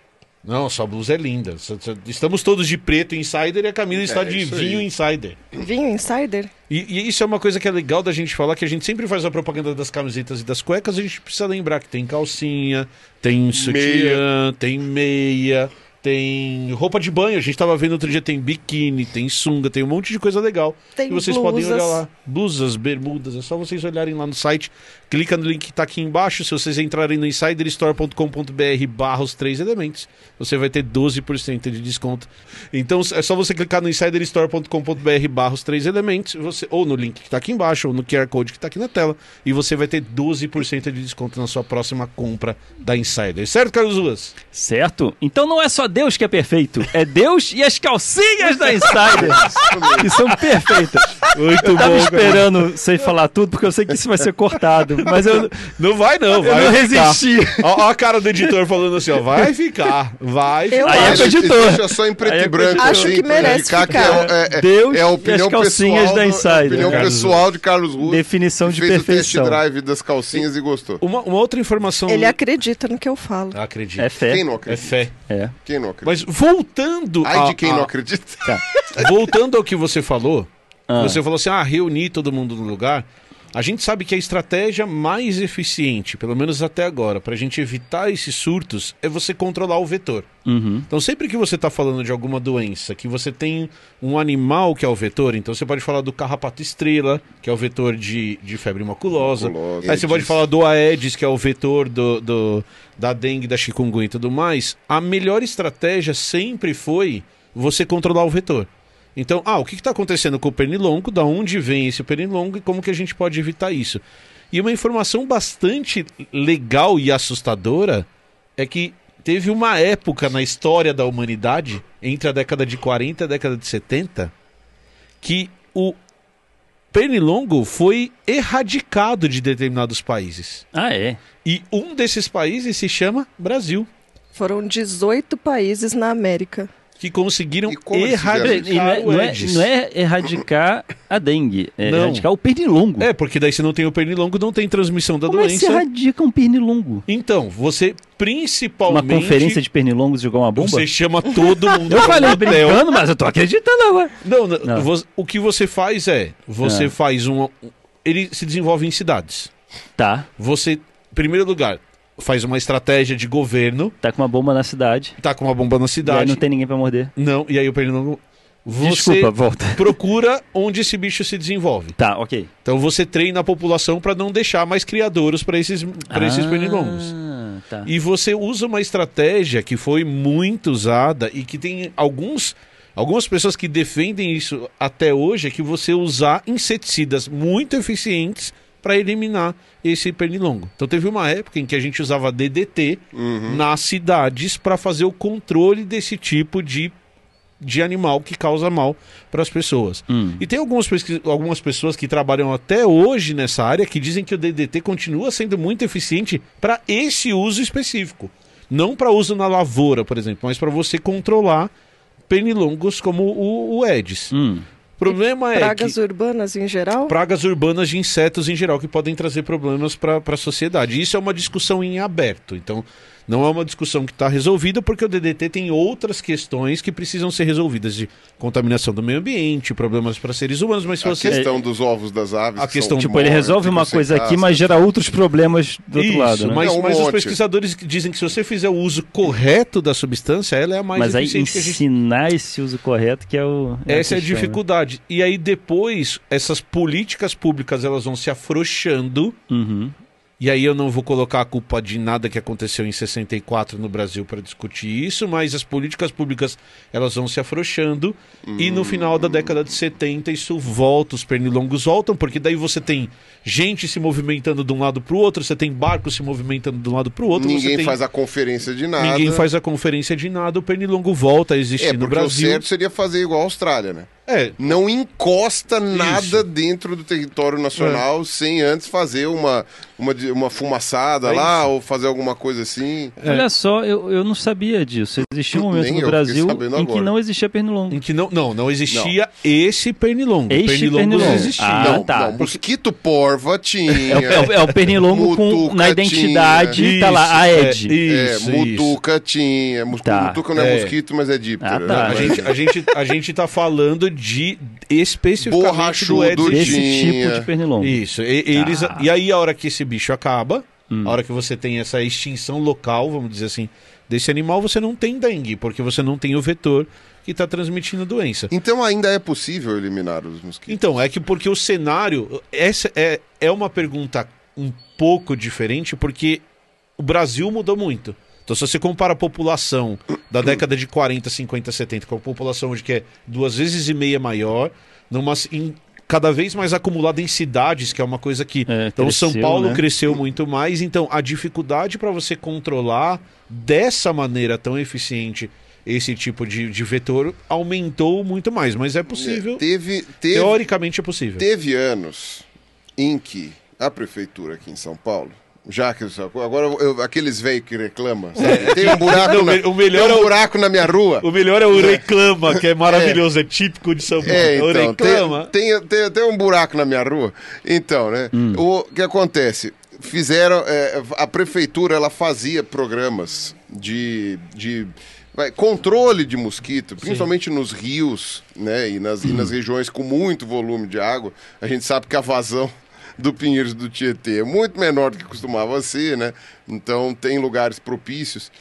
Speaker 1: Não, sua blusa é linda. S- s- Estamos todos de preto insider e a Camila está
Speaker 4: É,
Speaker 1: de
Speaker 4: isso
Speaker 1: vinho
Speaker 4: aí.
Speaker 1: insider.
Speaker 2: vinho insider.
Speaker 1: E, e isso é uma coisa que é legal da gente falar, que a gente sempre faz a propaganda das camisetas e das cuecas, a gente precisa lembrar que tem calcinha, tem um sutiã, tem meia, tem roupa de banho. A gente estava vendo outro dia, tem biquíni, tem sunga, tem um monte de coisa legal.
Speaker 2: Tem
Speaker 1: e vocês
Speaker 2: blusas.
Speaker 1: podem olhar lá. Blusas, bermudas, é só vocês olharem lá no site. Clica no link que tá aqui embaixo. Se vocês entrarem no insiderstore.com.br barra os três elementos, você vai ter 12% de desconto. Então é só você clicar no insiderstore.com.br barra os três elementos, você, ou no link que tá aqui embaixo, ou no QR Code que tá aqui na tela, e você vai ter 12% de desconto na sua próxima compra da Insider. Certo, Carlos Ruas?
Speaker 3: Certo? Então não é só Deus que é perfeito, é Deus e as calcinhas da Insider que são perfeitas.
Speaker 1: Muito
Speaker 3: Eu tava esperando sem falar tudo, porque eu sei que isso vai ser cortado, mas eu,
Speaker 1: Não vai não,
Speaker 3: eu
Speaker 1: vai.
Speaker 3: não
Speaker 1: ficar.
Speaker 3: resisti.
Speaker 1: Ó, ó a cara do editor falando assim, ó, vai ficar, vai
Speaker 2: Eu
Speaker 3: Aí é
Speaker 4: Acho
Speaker 3: com o
Speaker 4: que
Speaker 3: editor.
Speaker 4: Deixa só em preto
Speaker 3: Aí é
Speaker 4: e
Speaker 3: com o
Speaker 4: branco.
Speaker 3: editor.
Speaker 2: Acho que
Speaker 4: pra
Speaker 2: merece
Speaker 4: indicar que
Speaker 2: ficar.
Speaker 4: É, é-
Speaker 3: Deus
Speaker 4: é a
Speaker 3: e
Speaker 4: opinião
Speaker 3: as calcinhas
Speaker 4: pessoal
Speaker 3: da
Speaker 4: do- É a
Speaker 3: Insider.
Speaker 4: opinião
Speaker 1: Carlos
Speaker 4: pessoal de Carlos Russo.
Speaker 3: Definição de
Speaker 4: fez
Speaker 3: perfeição.
Speaker 4: o test drive das calcinhas e gostou.
Speaker 1: Uma, uma outra informação.
Speaker 2: Ele é acredita no que eu falo.
Speaker 1: Acredito.
Speaker 3: É
Speaker 4: Quem
Speaker 3: fé.
Speaker 4: não
Speaker 1: É
Speaker 4: acredita?
Speaker 1: fé.
Speaker 3: É.
Speaker 4: Quem não acredita?
Speaker 1: Mas voltando.
Speaker 4: Ai
Speaker 1: a-
Speaker 4: de quem
Speaker 1: a-
Speaker 4: não acredita.
Speaker 1: Voltando ao que você falou,
Speaker 3: Ah.
Speaker 1: você falou assim: ah, reunir todo mundo no lugar. A gente sabe que a estratégia mais eficiente, pelo menos até agora, para a gente evitar esses surtos, é você controlar o vetor.
Speaker 3: Uhum.
Speaker 1: Então, sempre que você está falando de alguma doença, que você tem um animal que é o vetor, então você pode falar do carrapato estrela, que é o vetor de, de febre maculosa.
Speaker 4: Maculosa,
Speaker 1: Aí você pode
Speaker 4: Aedes.
Speaker 1: falar do Aedes, que é o vetor do, do- da dengue, da chikungunya e tudo mais. A melhor estratégia sempre foi você controlar o vetor. Então, ah, o que está acontecendo com o pernilongo, da onde vem esse pernilongo e como que a gente pode evitar isso. E uma informação bastante legal e assustadora é que teve uma época na história da humanidade, entre a década de 40 e a década de 70, que o pernilongo foi erradicado de determinados países.
Speaker 3: Ah, é.
Speaker 1: E um desses países se chama Brasil,
Speaker 2: Foram 18 países na América.
Speaker 1: que conseguiram
Speaker 4: E como eles
Speaker 1: erradicar
Speaker 4: fizeram
Speaker 3: E não, é,
Speaker 1: o
Speaker 3: não é-
Speaker 1: Aedes.
Speaker 3: não é erradicar a dengue, é
Speaker 1: Não.
Speaker 3: erradicar o pernilongo.
Speaker 1: É, porque daí se não tem o pernilongo, não tem transmissão da
Speaker 3: Como é que se
Speaker 1: doença.
Speaker 3: erradica um pernilongo?
Speaker 1: Então, você
Speaker 3: Uma
Speaker 1: principalmente...
Speaker 3: conferência de pernilongos jogar uma bomba?
Speaker 1: Você chama todo mundo pra
Speaker 3: Eu
Speaker 1: um
Speaker 3: falei
Speaker 1: hotel.
Speaker 3: brincando, mas Tá eu tô acreditando agora.
Speaker 1: Não, n-
Speaker 3: Não.
Speaker 1: vo- o que você faz é, você
Speaker 3: Ah.
Speaker 1: faz um. Ele se desenvolve em cidades.
Speaker 3: Tá,
Speaker 1: Você, em primeiro lugar, faz uma estratégia de governo,
Speaker 3: tá com uma bomba na cidade.
Speaker 1: tá com uma bomba na
Speaker 3: E aí
Speaker 1: cidade.
Speaker 3: não tem ninguém pra morder.
Speaker 1: não, e aí o Pernambuco. Você
Speaker 3: Desculpa, volta.
Speaker 1: procura onde esse bicho se desenvolve.
Speaker 3: Tá, ok.
Speaker 1: Então você treina a população para não deixar mais criadouros para esses, pra esses
Speaker 3: Ah,
Speaker 1: pernilongos.
Speaker 3: Tá.
Speaker 1: E você usa uma estratégia que foi muito usada e que tem alguns, algumas pessoas que defendem isso até hoje, é que você usar inseticidas muito eficientes para eliminar esse pernilongo. Então teve uma época em que a gente usava DDT nas cidades para fazer o controle desse tipo de, de animal que causa mal para as pessoas.
Speaker 3: Hum.
Speaker 1: E tem algumas, pesqui- algumas pessoas que trabalham até hoje nessa área que dizem que o DDT continua sendo muito eficiente para esse uso específico. Não para uso na lavoura, por exemplo, mas para você controlar pernilongos como o, o Aedes.
Speaker 3: Hum.
Speaker 1: O problema é
Speaker 2: Pragas
Speaker 1: que
Speaker 2: urbanas em geral?
Speaker 1: pragas urbanas de insetos em geral que podem trazer problemas para a sociedade. Isso é uma discussão em aberto. Então, não é uma discussão que está resolvida, porque o DDT tem outras questões que precisam ser resolvidas de contaminação do meio ambiente, problemas para seres humanos, mas se
Speaker 4: A
Speaker 1: você.
Speaker 4: questão dos ovos das aves.
Speaker 1: A
Speaker 4: que
Speaker 1: questão-
Speaker 4: são
Speaker 3: Tipo, ele
Speaker 4: mortas,
Speaker 3: resolve uma
Speaker 4: ficam sem
Speaker 3: coisa aqui,
Speaker 4: casca.
Speaker 3: mas gera outros problemas do outro
Speaker 1: Isso,
Speaker 3: lado, né?
Speaker 1: mas,
Speaker 4: É, um
Speaker 1: mas os
Speaker 4: monte.
Speaker 1: pesquisadores que dizem que se você fizer o uso correto da substância, ela é a mais
Speaker 3: Mas aí
Speaker 1: eficiente que a gente
Speaker 3: ensinar esse uso correto que é o.
Speaker 1: Essa
Speaker 3: a
Speaker 1: é a
Speaker 3: questão, né?
Speaker 1: dificuldade. E aí depois, essas políticas públicas, elas vão se afrouxando.
Speaker 3: Uhum.
Speaker 1: E aí eu não vou colocar a culpa de nada que aconteceu em 64 no Brasil para discutir isso, mas as políticas públicas, elas vão se afrouxando. E
Speaker 4: Hum.
Speaker 1: no final da década de 70 isso volta, os pernilongos voltam, porque daí você tem gente se movimentando de um lado para o outro, você tem barcos se movimentando de um lado para o outro, você
Speaker 4: Ninguém
Speaker 1: tem
Speaker 4: faz a conferência de nada.
Speaker 1: Ninguém faz a conferência de nada, o Pernilongo volta a existir
Speaker 4: É,
Speaker 1: no
Speaker 4: porque o
Speaker 1: Brasil.
Speaker 4: certo seria fazer igual a Austrália, né?
Speaker 1: É,
Speaker 4: não encosta nada dentro do território
Speaker 3: É.
Speaker 4: nacional sem antes fazer uma, uma, de- uma fumaçada
Speaker 1: É
Speaker 4: lá ou fazer alguma coisa assim.
Speaker 3: Olha só, eu, eu não sabia disso. Existia um momento
Speaker 4: Nem
Speaker 3: no
Speaker 4: eu, fiquei
Speaker 3: Brasil
Speaker 4: sabendo
Speaker 3: em que
Speaker 4: agora.
Speaker 3: não existia pernilongo.
Speaker 1: em que não, não, não existia esse pernilongo.
Speaker 3: Este
Speaker 1: não
Speaker 3: pernilongo.
Speaker 1: existia.
Speaker 3: Ah,
Speaker 4: não,
Speaker 3: tá.
Speaker 4: não, mosquito porva tinha.
Speaker 3: É o, é o- é o pernilongo com, na
Speaker 4: Mutuca,
Speaker 3: identidade, tá lá,
Speaker 1: Isso, é,
Speaker 3: AED.
Speaker 4: É,
Speaker 1: isso, isso.
Speaker 4: mutuca tinha. Mus-
Speaker 3: Tá.
Speaker 4: Mutuca não é,
Speaker 1: É.
Speaker 4: mosquito, mas é díptero.
Speaker 3: Ah, tá.
Speaker 1: A gente, a, gente, a gente tá falando de especificamente do
Speaker 4: Borrachudo,
Speaker 1: Aedes
Speaker 4: de-
Speaker 1: aegypti.
Speaker 3: Desse
Speaker 4: Tinha.
Speaker 3: tipo de pernilongo.
Speaker 1: Isso. E, eles,
Speaker 3: Tá.
Speaker 1: e aí, a hora que esse bicho acaba,
Speaker 4: Hum.
Speaker 1: a hora que você tem essa extinção local, vamos dizer assim, desse animal, você não tem dengue, porque você não tem o vetor que está transmitindo a doença.
Speaker 4: Então ainda é possível eliminar os mosquitos.
Speaker 1: Então, é que porque o cenário. Essa é, é uma pergunta um pouco diferente, porque o Brasil mudou muito. Então, se você compara a população da década de 40, 50, 70 com a população hoje, que é duas vezes e meia maior, numa, em- cada vez mais acumulada em cidades, que é uma coisa que.
Speaker 3: É,
Speaker 1: então,
Speaker 3: cresceu,
Speaker 1: São Paulo
Speaker 3: né?
Speaker 1: cresceu muito mais. Então, a dificuldade para você controlar dessa maneira tão eficiente esse tipo de, de vetor aumentou muito mais. Mas é possível.
Speaker 4: Teve, teve,
Speaker 1: Teoricamente é possível.
Speaker 4: Teve anos em que a prefeitura aqui em São Paulo, já que eu só- agora eu- eu- aqueles velhos que reclamam, sabe? tem um buraco,
Speaker 1: Não,
Speaker 4: na,
Speaker 1: o melhor
Speaker 4: tem
Speaker 1: é
Speaker 4: um
Speaker 1: o-
Speaker 4: buraco na minha rua.
Speaker 1: O melhor é o reclama, que é maravilhoso, é, típico de São Paulo.
Speaker 4: É,
Speaker 1: o
Speaker 4: então,
Speaker 1: reclama.
Speaker 4: tem, tem, tem, tem um buraco na minha rua. Então, né? O que acontece? Fizeram. é, a prefeitura ela fazia programas de. de vai, controle de mosquito, principalmente nos rios, né? E nas, e nas regiões com muito volume de água. A gente sabe que a vazão. Do Pinheiros do Tietê é muito menor do que costumava ser, né? Então tem lugares propícios.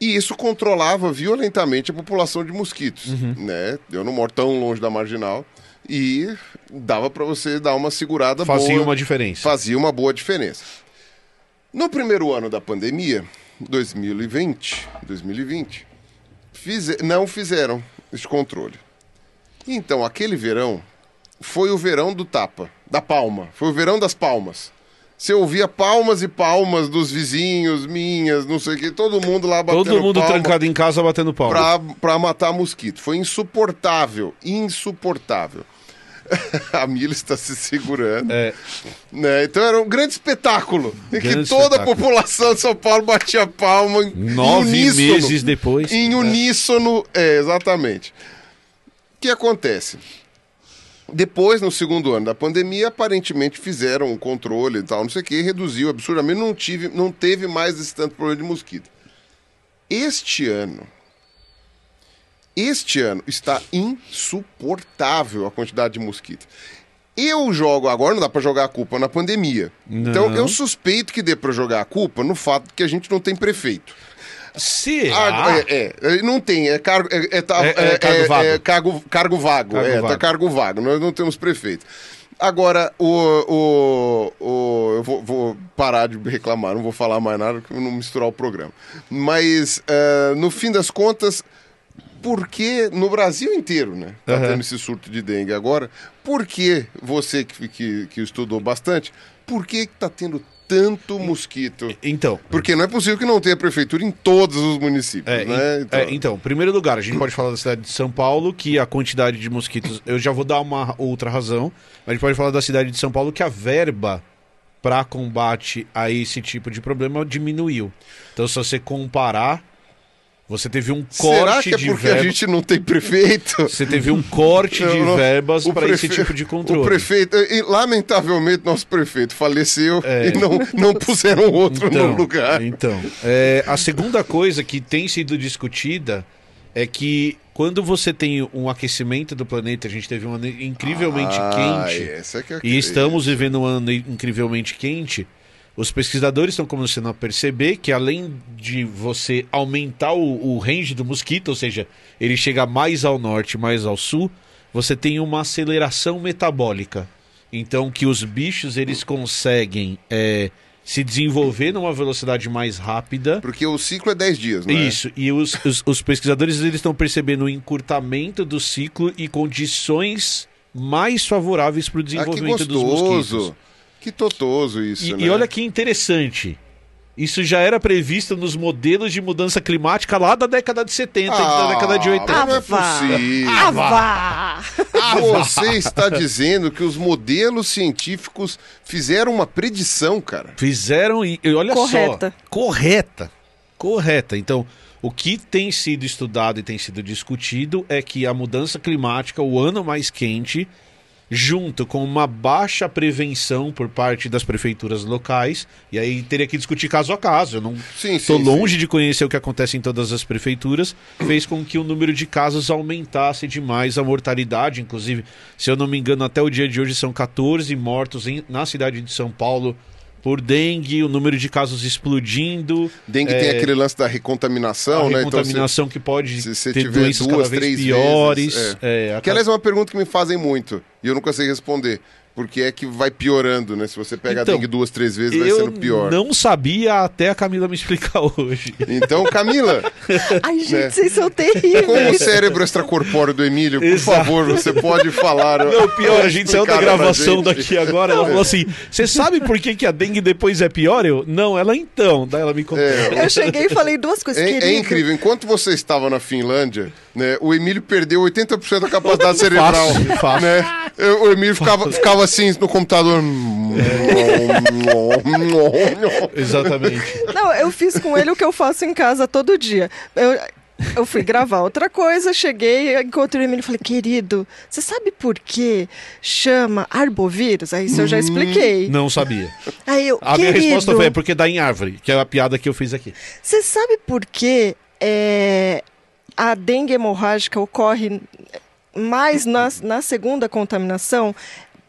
Speaker 4: E isso controlava violentamente a população de mosquitos,
Speaker 1: Uhum.
Speaker 4: né? Eu não moro tão longe da marginal e dava para você dar uma segurada
Speaker 1: Fazia
Speaker 4: boa,
Speaker 1: uma diferença.
Speaker 4: fazia uma boa diferença. No primeiro ano da pandemia, 2020, 2020, fize- não fizeram esse controle. Então, aquele verão foi o verão do tapa, da palma. Foi o verão das palmas. Você ouvia palmas e palmas dos vizinhos, minhas, não sei o que, todo mundo lá batendo
Speaker 1: Todo mundo
Speaker 4: palma
Speaker 1: trancado em casa batendo pau.
Speaker 4: pra, pra matar mosquito. Foi insuportável, insuportável. A Mila está se segurando.
Speaker 1: É,
Speaker 4: Né? Então era um grande espetáculo. Em que
Speaker 1: Grande
Speaker 4: toda a
Speaker 1: espetáculo.
Speaker 4: população de São Paulo batia palma em
Speaker 1: nove
Speaker 4: em uníssono.
Speaker 1: meses depois. né?
Speaker 4: Em uníssono, é, exatamente. O que acontece? Depois, no segundo ano da pandemia, aparentemente fizeram um controle e tal, não sei o que, reduziu absurdamente, não, tive, não teve mais esse tanto problema de mosquito. Este ano, este ano está insuportável a quantidade de mosquito. Eu jogo agora, não dá pra jogar a culpa na pandemia. Então
Speaker 1: Não.
Speaker 4: eu suspeito que dê pra jogar a culpa no fato de que a gente não tem prefeito.
Speaker 1: Será?
Speaker 4: Ah, é, é, é, não tem, é cargo, é, é, tá-
Speaker 1: É- é
Speaker 4: é-
Speaker 1: cargo
Speaker 4: é-
Speaker 1: vago.
Speaker 4: é cargo, cargo vago,
Speaker 1: Cargo
Speaker 4: é,
Speaker 1: vago.
Speaker 4: Tá cargo vago, nós não temos prefeito. Agora, o, o, o- eu vou, vou parar de reclamar, não vou falar mais nada, porque eu não misturar o programa. Mas, eh, no fim das contas, por que no Brasil inteiro, né? Tá
Speaker 1: Aham.
Speaker 4: tendo esse surto de dengue agora. Por que você que, que, que estudou bastante, por que que tá tendo tanto mosquito?
Speaker 1: Então.
Speaker 4: Porque não é possível que não tenha prefeitura em todos os municípios,
Speaker 1: É,
Speaker 4: né?
Speaker 1: em- é, então, em primeiro lugar, a gente pode falar da cidade de São Paulo, que a quantidade de mosquitos. Eu já vou dar uma outra razão, mas a gente pode falar da cidade de São Paulo que a verba para combate a esse tipo de problema diminuiu. Então, se você comparar, você teve um corte
Speaker 4: Será que é
Speaker 1: de
Speaker 4: porque
Speaker 1: verba.
Speaker 4: a gente não tem prefeito?
Speaker 1: Você teve um corte de
Speaker 4: Eu não-
Speaker 1: verbas
Speaker 4: o
Speaker 1: para esse
Speaker 4: prefe-
Speaker 1: tipo de
Speaker 4: O
Speaker 1: controle.
Speaker 4: prefeito, e, lamentavelmente, nosso prefeito faleceu
Speaker 1: É.
Speaker 4: e não, não puseram outro
Speaker 1: Então,
Speaker 4: no lugar.
Speaker 1: Então, é, a segunda coisa que tem sido discutida é que quando você tem um aquecimento do planeta, a gente teve um ano incrivelmente
Speaker 4: Ah,
Speaker 1: quente
Speaker 4: essa que é a-
Speaker 1: e estamos vivendo um ano incrivelmente quente. Os pesquisadores estão começando a perceber que além de você aumentar o, o range do mosquito, ou seja, ele chega mais ao norte, mais ao sul, você tem uma aceleração metabólica. Então que os bichos eles conseguem é, se desenvolver numa velocidade mais rápida
Speaker 4: Porque o ciclo é 10 dias, né?
Speaker 1: isso, e os, os, os pesquisadores eles estão percebendo o encurtamento do ciclo e condições mais favoráveis para o
Speaker 4: Ah, que
Speaker 1: desenvolvimento dos mosquitos.
Speaker 4: gostoso. Que totoso isso,
Speaker 1: E,
Speaker 4: né?
Speaker 1: e olha que interessante. Isso já era previsto nos modelos de mudança climática lá da década de 70 e da década de 80.
Speaker 4: mas Não é
Speaker 2: Avá.
Speaker 4: possível.
Speaker 2: Ah, vá!
Speaker 4: Ah, Você está dizendo que os modelos científicos fizeram uma predição, cara.
Speaker 1: Fizeram e e olha
Speaker 2: Correta.
Speaker 1: só, correta, correta. Então, o que tem sido estudado e tem sido discutido é que a mudança climática, o ano mais quente, junto com uma baixa prevenção por parte das prefeituras locais, e aí teria que discutir caso a caso. Eu não
Speaker 4: Sim,
Speaker 1: estou
Speaker 4: sim,
Speaker 1: longe de conhecer o que acontece em todas as prefeituras, fez com que o número de casos aumentasse demais, a mortalidade, inclusive, se eu não me engano, até o dia de hoje são 14 mortos em- na cidade de São Paulo por dengue, o número de casos explodindo,
Speaker 4: Sim. Dengue tem aquele lance da
Speaker 1: É.
Speaker 4: recontaminação,
Speaker 1: a
Speaker 4: né?
Speaker 1: recontaminação que pode
Speaker 4: se você
Speaker 1: ter
Speaker 4: tiver
Speaker 1: doenças
Speaker 4: duas,
Speaker 1: cada vez
Speaker 4: três
Speaker 1: piores.
Speaker 4: vezes,
Speaker 1: é, a
Speaker 4: Que aliás é uma pergunta que me fazem muito e eu não consigo responder. Porque é que vai piorando, né? Se você pega
Speaker 1: Então,
Speaker 4: a dengue duas, três vezes, vai
Speaker 1: eu
Speaker 4: sendo pior.
Speaker 1: não sabia até a Camila me explicar hoje.
Speaker 4: Então, Camila,
Speaker 2: Ai, gente,
Speaker 4: Né?
Speaker 2: vocês são
Speaker 4: como o
Speaker 2: terríveis.
Speaker 4: cérebro extracorpóreo do Emílio, por
Speaker 1: Exato.
Speaker 4: favor, você pode falar.
Speaker 1: Não, pior, a gente saiu da
Speaker 4: Explicar pra
Speaker 1: gravação
Speaker 4: gente.
Speaker 1: daqui agora, ela falou assim, você sabe por que, que a dengue depois é pior? Eu, não, ela então, daí ela me contou.
Speaker 4: É,
Speaker 2: Eu cheguei e falei duas coisas,
Speaker 4: É,
Speaker 2: querido.
Speaker 4: é incrível, enquanto você estava na Finlândia, né, o Emílio perdeu 80% da capacidade cerebral.
Speaker 1: Fácil, fácil.
Speaker 4: né? Eu- O Emílio ficava, ficava assim no computador.
Speaker 1: É. Exatamente.
Speaker 2: Não, eu fiz com ele o que eu faço em casa todo dia. Eu, eu fui gravar outra coisa, cheguei, encontrei ele e falei, querido, você sabe por que chama arbovírus? Aí isso eu já expliquei.
Speaker 1: Uhum. Não sabia.
Speaker 2: Aí eu,
Speaker 1: A minha resposta
Speaker 2: querido,
Speaker 1: foi, é porque dá em árvore, que é a piada que eu fiz aqui.
Speaker 2: você sabe por que é, a dengue hemorrágica ocorre mais na, na segunda contaminação?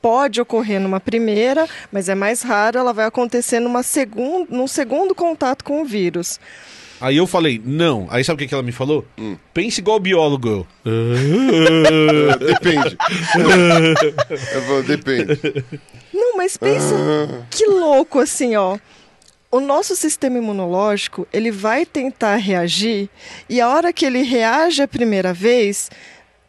Speaker 2: Pode ocorrer numa primeira, mas é mais raro, ela vai acontecer numa segun, num segundo contato com o vírus.
Speaker 1: Aí eu falei, não. Aí sabe o que, que ela me falou?
Speaker 4: Hum.
Speaker 1: Pense igual biólogo. É, eu.
Speaker 4: Depende. Eu falo, Depende.
Speaker 2: Não, mas pensa que louco assim, ó. O nosso sistema imunológico, ele vai tentar reagir e a hora que ele reage a primeira vez,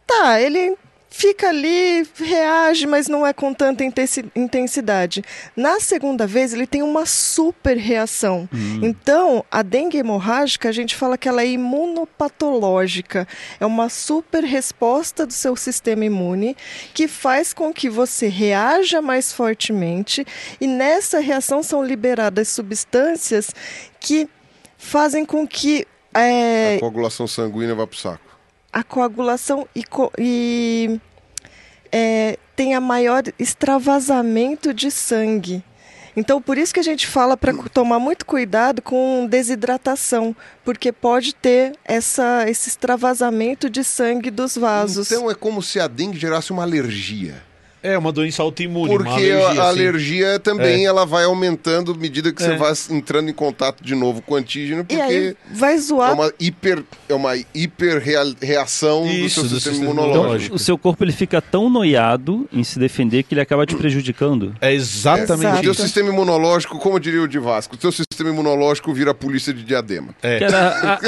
Speaker 2: tá, ele fica ali, reage, mas não é com tanta intensi- intensidade. Na segunda vez, ele tem uma super reação. Então, a dengue hemorrágica, a gente fala que ela é imunopatológica. É uma super resposta do seu sistema imune que faz com que você reaja mais fortemente e nessa reação são liberadas substâncias que fazem com que é,
Speaker 4: A coagulação sanguínea vai pro saco.
Speaker 2: a coagulação e, co- e, é, tenha maior extravasamento de sangue. Então, por isso que a gente fala para tomar muito cuidado com desidratação, porque pode ter essa, esse extravasamento de sangue dos vasos.
Speaker 4: Então é como se a dengue gerasse uma alergia.
Speaker 1: É uma doença autoimune, uma
Speaker 4: Porque
Speaker 1: alergia.
Speaker 4: a
Speaker 1: assim.
Speaker 4: alergia também ela vai aumentando à medida que você
Speaker 1: É.
Speaker 4: vai entrando em contato de novo com o antígeno, porque
Speaker 2: e aí vai
Speaker 4: é
Speaker 2: zoar
Speaker 4: uma hiper é uma hiperreação do
Speaker 1: Isso,
Speaker 4: seu
Speaker 1: do
Speaker 4: sistema
Speaker 1: sistema
Speaker 4: imunológico.
Speaker 1: imunológico.
Speaker 3: Então, o seu corpo ele fica tão noiado em se defender que ele acaba te prejudicando.
Speaker 1: É exatamente
Speaker 4: O
Speaker 2: Exato.
Speaker 4: seu
Speaker 1: isso.
Speaker 4: sistema imunológico, como diria o de Vasco, o seu sistema imunológico vira a polícia de diadema.
Speaker 1: É.
Speaker 3: Cara, a- a-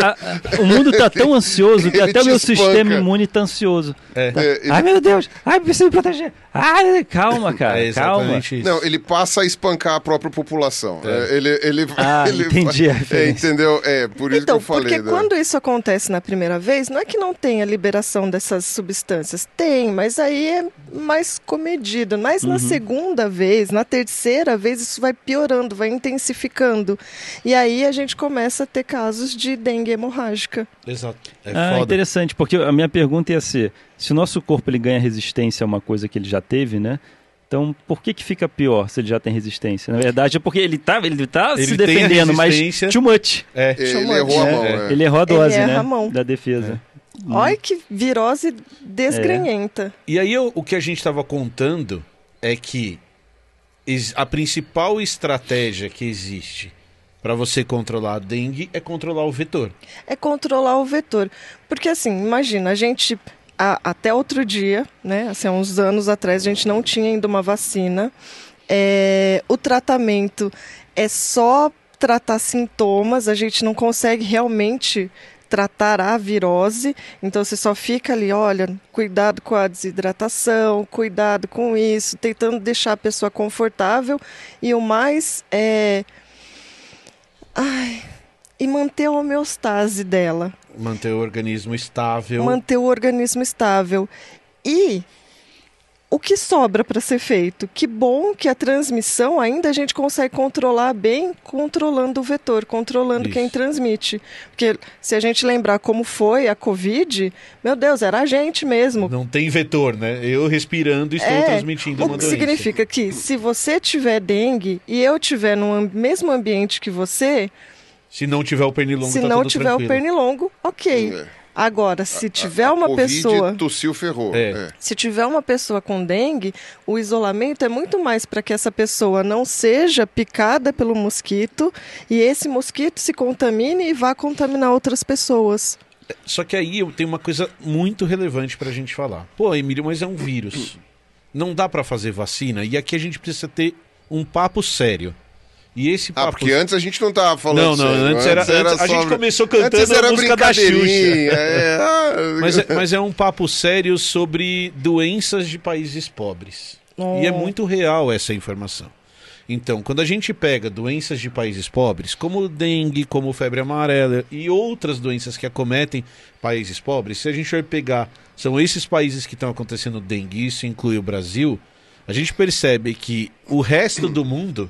Speaker 3: a- o mundo tá tão ansioso que
Speaker 4: Ele
Speaker 3: até o
Speaker 4: te
Speaker 3: meu
Speaker 4: espanca.
Speaker 3: sistema imune tá ansioso. Tá.
Speaker 4: É, ele-
Speaker 3: Ai, meu Deus! Ai, preciso me proteger! Ai, calma, cara,
Speaker 1: É
Speaker 3: calma.
Speaker 1: exatamente isso.
Speaker 4: Não, ele passa a espancar a própria população. É, ele, ele,
Speaker 3: Ah,
Speaker 4: ele-
Speaker 3: entendi a
Speaker 4: é,
Speaker 3: referência.
Speaker 4: entendeu? É, por isso
Speaker 2: Então,
Speaker 4: que eu falei.
Speaker 2: porque
Speaker 4: né?
Speaker 2: quando isso acontece na primeira vez, não é que não tenha liberação dessas substâncias. Tem, mas aí é mais comedido. Mas
Speaker 4: Uhum.
Speaker 2: na segunda vez, na terceira vez, isso vai piorando, vai intensificando. E aí a gente começa a ter casos de dengue hemorrágica.
Speaker 1: Exato. É
Speaker 3: ah,
Speaker 1: foda.
Speaker 3: interessante, porque a minha pergunta ia ser: se o nosso corpo ele ganha resistência a uma coisa que ele já teve, né? Então, por que que fica pior se ele já tem resistência? Na verdade, é porque ele tá, ele tá se
Speaker 1: Ele tem a
Speaker 3: defendendo, mas
Speaker 1: resistência.
Speaker 3: too much.
Speaker 1: É.
Speaker 4: É, ele
Speaker 2: Chamou
Speaker 4: errou a
Speaker 2: de-
Speaker 4: mão.
Speaker 1: É.
Speaker 4: é.
Speaker 3: Ele errou a
Speaker 2: Ele
Speaker 3: dose,
Speaker 2: erra
Speaker 3: né?
Speaker 2: a mão.
Speaker 3: Da defesa.
Speaker 4: Uhum.
Speaker 2: Olha que
Speaker 4: É.
Speaker 2: virose desgrenhenta.
Speaker 1: E aí eu- o que a gente estava contando é que is- a principal estratégia que existe para você controlar a dengue é controlar o vetor.
Speaker 2: é controlar o vetor. Porque assim, imagina, a gente a- até outro dia, né, assim, há uns anos atrás, a gente não tinha ainda uma vacina. É, o tratamento é só tratar sintomas, a gente não consegue realmente tratar a virose, então você só fica ali, olha, cuidado com a desidratação, cuidado com isso, tentando deixar a pessoa confortável e o mais é, Ai, e manter a homeostase dela,
Speaker 1: Manter o organismo estável.
Speaker 2: manter o organismo estável. E o que sobra para ser feito? Que bom que a transmissão ainda a gente consegue controlar bem, controlando o vetor, controlando
Speaker 1: Isso.
Speaker 2: quem transmite. Porque se a gente lembrar como foi a Covid, meu Deus, era a gente mesmo.
Speaker 1: Não tem vetor, né? Eu respirando estou
Speaker 2: É,
Speaker 1: transmitindo
Speaker 2: O
Speaker 1: uma
Speaker 2: que
Speaker 1: doença.
Speaker 2: significa que se você tiver dengue e eu tiver no am- mesmo ambiente que você,
Speaker 1: Se não tiver o pernilongo,
Speaker 2: se
Speaker 1: tá
Speaker 2: não
Speaker 1: tudo
Speaker 2: tiver
Speaker 1: tranquilo.
Speaker 2: o pernilongo, ok.
Speaker 4: É.
Speaker 2: Agora, se tiver uma
Speaker 4: Covid,
Speaker 2: pessoa.
Speaker 4: tossiu, ferrou.
Speaker 1: É.
Speaker 2: Se tiver uma pessoa com dengue, o isolamento é muito mais para que essa pessoa não seja picada pelo mosquito e esse mosquito se contamine e vá contaminar outras pessoas.
Speaker 1: Só que aí eu tenho uma coisa muito relevante pra gente falar. Pô, Emílio, mas é um vírus. Não dá pra fazer vacina e aqui a gente precisa ter um papo sério. E esse
Speaker 4: Ah,
Speaker 1: papo
Speaker 4: porque antes a gente não tava
Speaker 1: Não,
Speaker 4: falando
Speaker 1: não,
Speaker 4: sério.
Speaker 1: antes era- antes- a gente começou cantando
Speaker 4: antes era
Speaker 1: a música da Xuxa.
Speaker 4: brincadeirinha, é. Ah,
Speaker 1: Mas é, mas é um papo sério sobre doenças de países pobres. E é
Speaker 2: Oh.
Speaker 1: muito real essa informação. Então, quando a gente pega doenças de países pobres, como o dengue, como febre amarela e outras doenças que acometem países pobres, se a gente for pegar, são esses países que estão acontecendo dengue, isso inclui o Brasil, a gente percebe que o resto do mundo,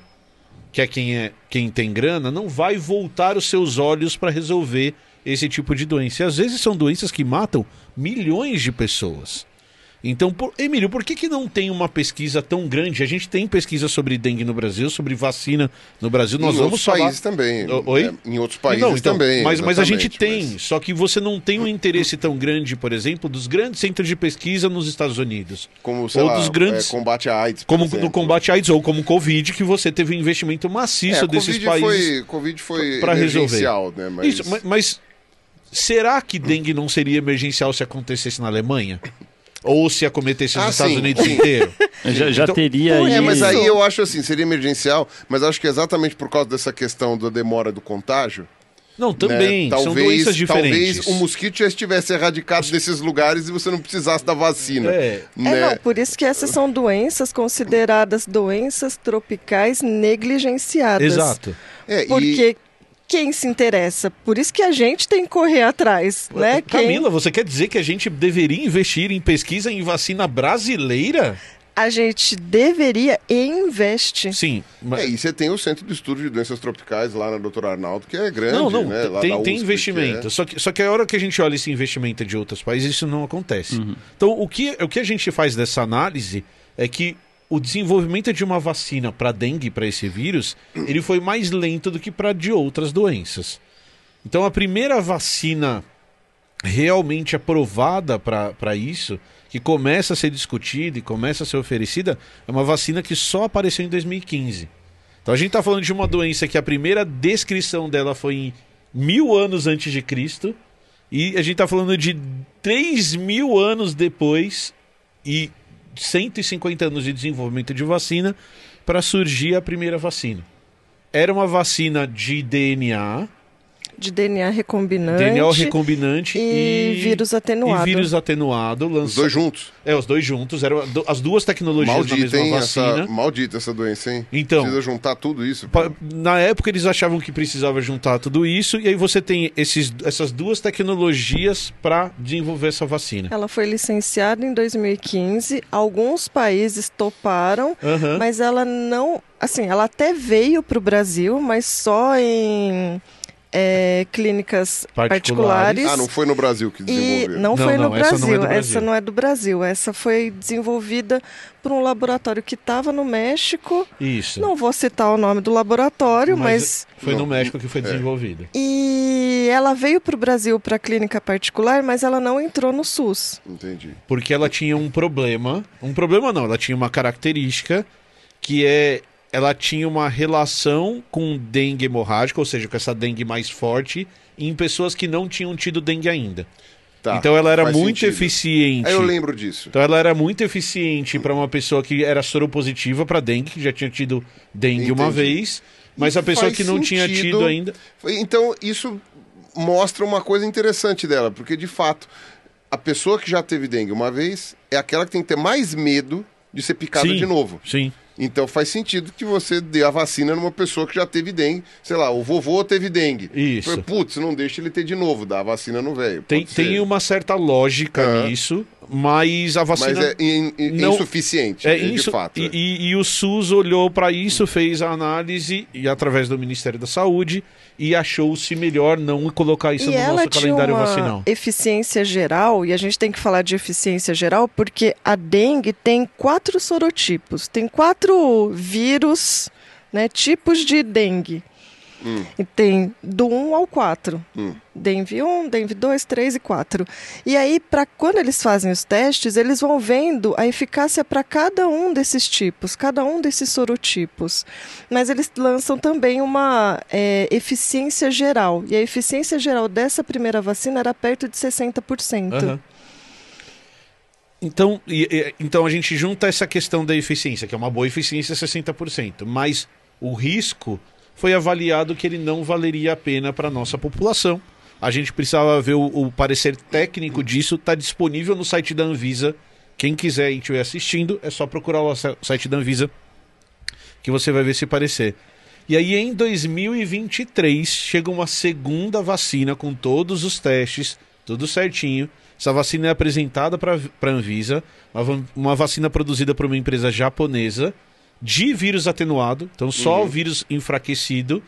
Speaker 1: que é quem, é, quem tem grana, não vai voltar os seus olhos para resolver esse tipo de doença. E às vezes são doenças que matam milhões de pessoas. Então, por... Emílio, por que, que não tem uma pesquisa tão grande? A gente tem pesquisa sobre dengue no Brasil, sobre vacina no Brasil. Nós
Speaker 4: em
Speaker 1: vamos
Speaker 4: outros
Speaker 1: falar.
Speaker 4: países também.
Speaker 1: O- Oi?
Speaker 4: É, em outros países
Speaker 1: Não, então,
Speaker 4: também.
Speaker 1: Mas, mas a gente tem,
Speaker 4: exatamente,
Speaker 1: só que você não tem um interesse tão grande, por exemplo, dos grandes centros de pesquisa nos Estados Unidos.
Speaker 4: mas Como, sei
Speaker 1: ou
Speaker 4: lá,
Speaker 1: um dos grandes-
Speaker 4: é, combate à AIDS, por
Speaker 1: Como
Speaker 4: exemplo.
Speaker 1: no combate à AIDS ou como Covid, que você teve um investimento maciço
Speaker 4: É,
Speaker 1: desses
Speaker 4: COVID
Speaker 1: países.
Speaker 4: Foi, Covid foi
Speaker 1: pra resolver.
Speaker 4: emergencial, né? Mas...
Speaker 1: Isso, ma- mas será que dengue não seria emergencial se acontecesse na Alemanha? Ou se acometesse nos
Speaker 4: Ah,
Speaker 1: Estados
Speaker 4: sim,
Speaker 1: Unidos
Speaker 4: sim.
Speaker 1: inteiro?
Speaker 3: Já, já
Speaker 1: Então-
Speaker 3: teria aí.
Speaker 4: É, mas aí eu acho assim, seria emergencial, mas acho que é exatamente por causa dessa questão da demora do contágio,
Speaker 1: Não,
Speaker 4: né,
Speaker 1: também. são doenças diferentes.
Speaker 4: Talvez um o mosquito já estivesse erradicado desses lugares e você não precisasse da vacina.
Speaker 1: É.
Speaker 4: né?
Speaker 2: É, não, por isso que essas são doenças consideradas doenças tropicais negligenciadas.
Speaker 1: Exato.
Speaker 4: É, e-
Speaker 2: Porque quem se interessa? Por isso que a gente tem que correr atrás, né? Quem...
Speaker 1: Camila, você quer dizer que a gente deveria investir em pesquisa em vacina brasileira?
Speaker 2: A gente deveria e investe.
Speaker 1: Sim.
Speaker 4: É,
Speaker 1: Mas...
Speaker 4: e você tem o Centro de Estudo de Doenças Tropicais lá na Doutor Arnaldo, que é grande,
Speaker 1: não, não,
Speaker 4: né? Lá
Speaker 1: tem,
Speaker 4: da
Speaker 1: tem
Speaker 4: USP, é.
Speaker 1: investimento.
Speaker 4: que
Speaker 1: Só, que, só que a hora que a gente olha esse investimento de outros países, isso não acontece. Então, o que, o que a gente faz dessa análise é que o desenvolvimento de uma vacina para dengue, para esse vírus, ele foi mais lento do que para de outras doenças. Então, a primeira vacina realmente aprovada para isso, que começa a ser discutida e começa a ser oferecida, é uma vacina que só apareceu em 2015. Então a gente está falando de uma doença que a primeira descrição dela foi em mil anos antes de Cristo, e a gente está falando de 3 mil anos depois e 150 anos de desenvolvimento de vacina para surgir a primeira vacina. Era uma vacina de DNA,
Speaker 2: de DNA recombinante
Speaker 1: DNA recombinante
Speaker 2: e,
Speaker 1: e,
Speaker 2: vírus atenuado.
Speaker 1: e vírus atenuado.
Speaker 4: é- Os
Speaker 1: Lança...
Speaker 4: dois juntos.
Speaker 1: É, os dois juntos. Eram do- as duas tecnologias
Speaker 4: Maldita,
Speaker 1: da
Speaker 4: hein?
Speaker 1: mesma vacina.
Speaker 4: Essa, maldita essa doença, hein?
Speaker 1: Então.
Speaker 4: Precisa juntar tudo isso.
Speaker 1: Pa- Na época eles achavam que precisava juntar tudo isso, e aí você tem esses, essas duas tecnologias para desenvolver essa vacina.
Speaker 2: Ela foi licenciada em 2015. Alguns países toparam,
Speaker 1: Aham.
Speaker 2: mas ela não. Assim, ela até veio para o Brasil, mas só em é, clínicas
Speaker 1: Particulares.
Speaker 2: particulares.
Speaker 4: Ah, não foi no Brasil que
Speaker 2: E
Speaker 4: desenvolveu.
Speaker 2: não
Speaker 1: Não,
Speaker 2: foi
Speaker 1: não,
Speaker 2: no
Speaker 1: essa não é
Speaker 2: Brasil.
Speaker 1: do Brasil.
Speaker 2: Essa não é do Brasil. Essa foi desenvolvida por um laboratório que estava no México.
Speaker 1: Isso.
Speaker 2: Não vou citar o nome do laboratório, mas
Speaker 1: Foi
Speaker 4: Não. é.
Speaker 1: no México que foi desenvolvida.
Speaker 2: E ela veio para o Brasil para clínica particular, mas ela não entrou no SUS.
Speaker 4: Entendi.
Speaker 1: Porque ela tinha um problema. Um problema não, ela tinha uma característica que é. Ela tinha uma relação com dengue hemorrágica, ou seja, com essa dengue mais forte, em pessoas que não tinham tido dengue ainda.
Speaker 4: Tá,
Speaker 1: então ela era
Speaker 4: faz
Speaker 1: muito
Speaker 4: sentido.
Speaker 1: eficiente.
Speaker 4: Aí eu lembro disso.
Speaker 1: Então ela era muito eficiente para uma pessoa que era soropositiva para dengue, que já tinha tido dengue uma
Speaker 4: Entendi.
Speaker 1: vez, mas
Speaker 4: E
Speaker 1: a pessoa
Speaker 4: faz
Speaker 1: que não tinha
Speaker 4: sentido-
Speaker 1: tido ainda.
Speaker 4: Então, isso mostra uma coisa interessante dela, porque de fato, a pessoa que já teve dengue uma vez é aquela que tem que ter mais medo de ser picada
Speaker 1: Sim,
Speaker 4: de novo.
Speaker 1: Sim.
Speaker 4: Então faz sentido que você dê a vacina numa pessoa que já teve dengue. Sei lá, o vovô teve dengue.
Speaker 1: Isso.
Speaker 4: Foi, Putz, não deixa ele ter de novo, dá a vacina no velho.
Speaker 1: Tem,
Speaker 4: Pode ser.
Speaker 1: tem uma certa lógica
Speaker 4: Aham.
Speaker 1: nisso, mas a vacina.
Speaker 4: Mas é in- in-
Speaker 1: não-
Speaker 4: insuficiente,
Speaker 1: É
Speaker 4: de
Speaker 1: isso.
Speaker 4: fato.
Speaker 1: e,
Speaker 4: é.
Speaker 1: e- e o SUS olhou para isso, fez a análise e através do Ministério da Saúde e achou-se melhor não colocar isso
Speaker 2: e
Speaker 1: no
Speaker 2: ela
Speaker 1: nosso
Speaker 2: tinha
Speaker 1: calendário
Speaker 2: uma
Speaker 1: vacinal.
Speaker 2: eficiência geral, e a gente tem que falar de eficiência geral, porque a dengue tem quatro sorotipos, tem quatro vírus, né, tipos de dengue.
Speaker 4: Hum.
Speaker 2: E tem do 1 ao 4.
Speaker 4: Hum.
Speaker 2: Dengue 1, dengue 2, 3 e 4. E aí, para quando eles fazem os testes, eles vão vendo a eficácia para cada um desses tipos, cada um desses sorotipos. Mas eles lançam também uma é, eficiência geral. E a eficiência geral dessa primeira vacina era perto de 60%.
Speaker 1: Aham. Então, e- e- então a gente junta essa questão da eficiência, que é uma boa eficiência 60%, mas o risco foi avaliado que ele não valeria a pena para a nossa população. A gente precisava ver o, o parecer técnico disso, está disponível no site da Anvisa. Quem quiser e estiver assistindo, é só procurar o sa- site da Anvisa que você vai ver esse parecer. E aí, em 2023, chega uma segunda vacina com todos os testes, tudo certinho. Essa vacina é apresentada para a Anvisa, uma, va- uma vacina produzida por uma empresa japonesa de vírus atenuado, então só
Speaker 4: Uhum.
Speaker 1: o vírus enfraquecido,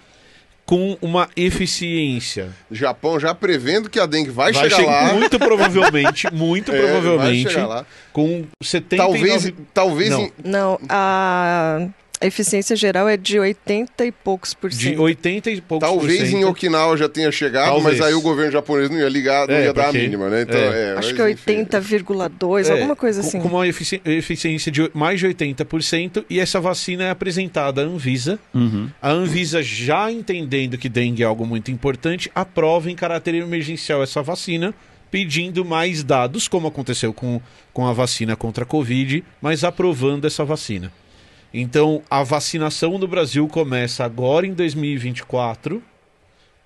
Speaker 1: com uma eficiência.
Speaker 4: Japão já prevendo que a dengue vai, chegar
Speaker 1: che-
Speaker 4: lá.
Speaker 1: Muito provavelmente, muito
Speaker 4: É,
Speaker 1: provavelmente,
Speaker 4: Vai chegar lá.
Speaker 1: com 79...
Speaker 4: Talvez, talvez
Speaker 1: Não.
Speaker 4: em-
Speaker 2: Não, a eficiência geral é de 80 e poucos por cento.
Speaker 1: De 80 e poucos por
Speaker 4: Talvez
Speaker 1: cento.
Speaker 4: em Okinawa já tenha chegado,
Speaker 1: Talvez.
Speaker 4: mas aí o governo japonês não ia ligar, não
Speaker 1: É,
Speaker 4: ia dar a
Speaker 1: porque-
Speaker 4: mínima, né? Então,
Speaker 1: é.
Speaker 4: é,
Speaker 2: Acho
Speaker 4: mas
Speaker 2: que é
Speaker 4: enfim.
Speaker 2: 80,2,
Speaker 1: É,
Speaker 2: alguma coisa
Speaker 1: com-
Speaker 2: assim.
Speaker 1: Com uma efici- eficiência de o- mais de 80%, e essa vacina é apresentada à Anvisa.
Speaker 3: Uhum.
Speaker 1: A Anvisa, já entendendo que dengue é algo muito importante, aprova em caráter emergencial essa vacina, pedindo mais dados, como aconteceu com, com a vacina contra a Covid, mas aprovando essa vacina. Então, a vacinação no Brasil começa agora em 2024,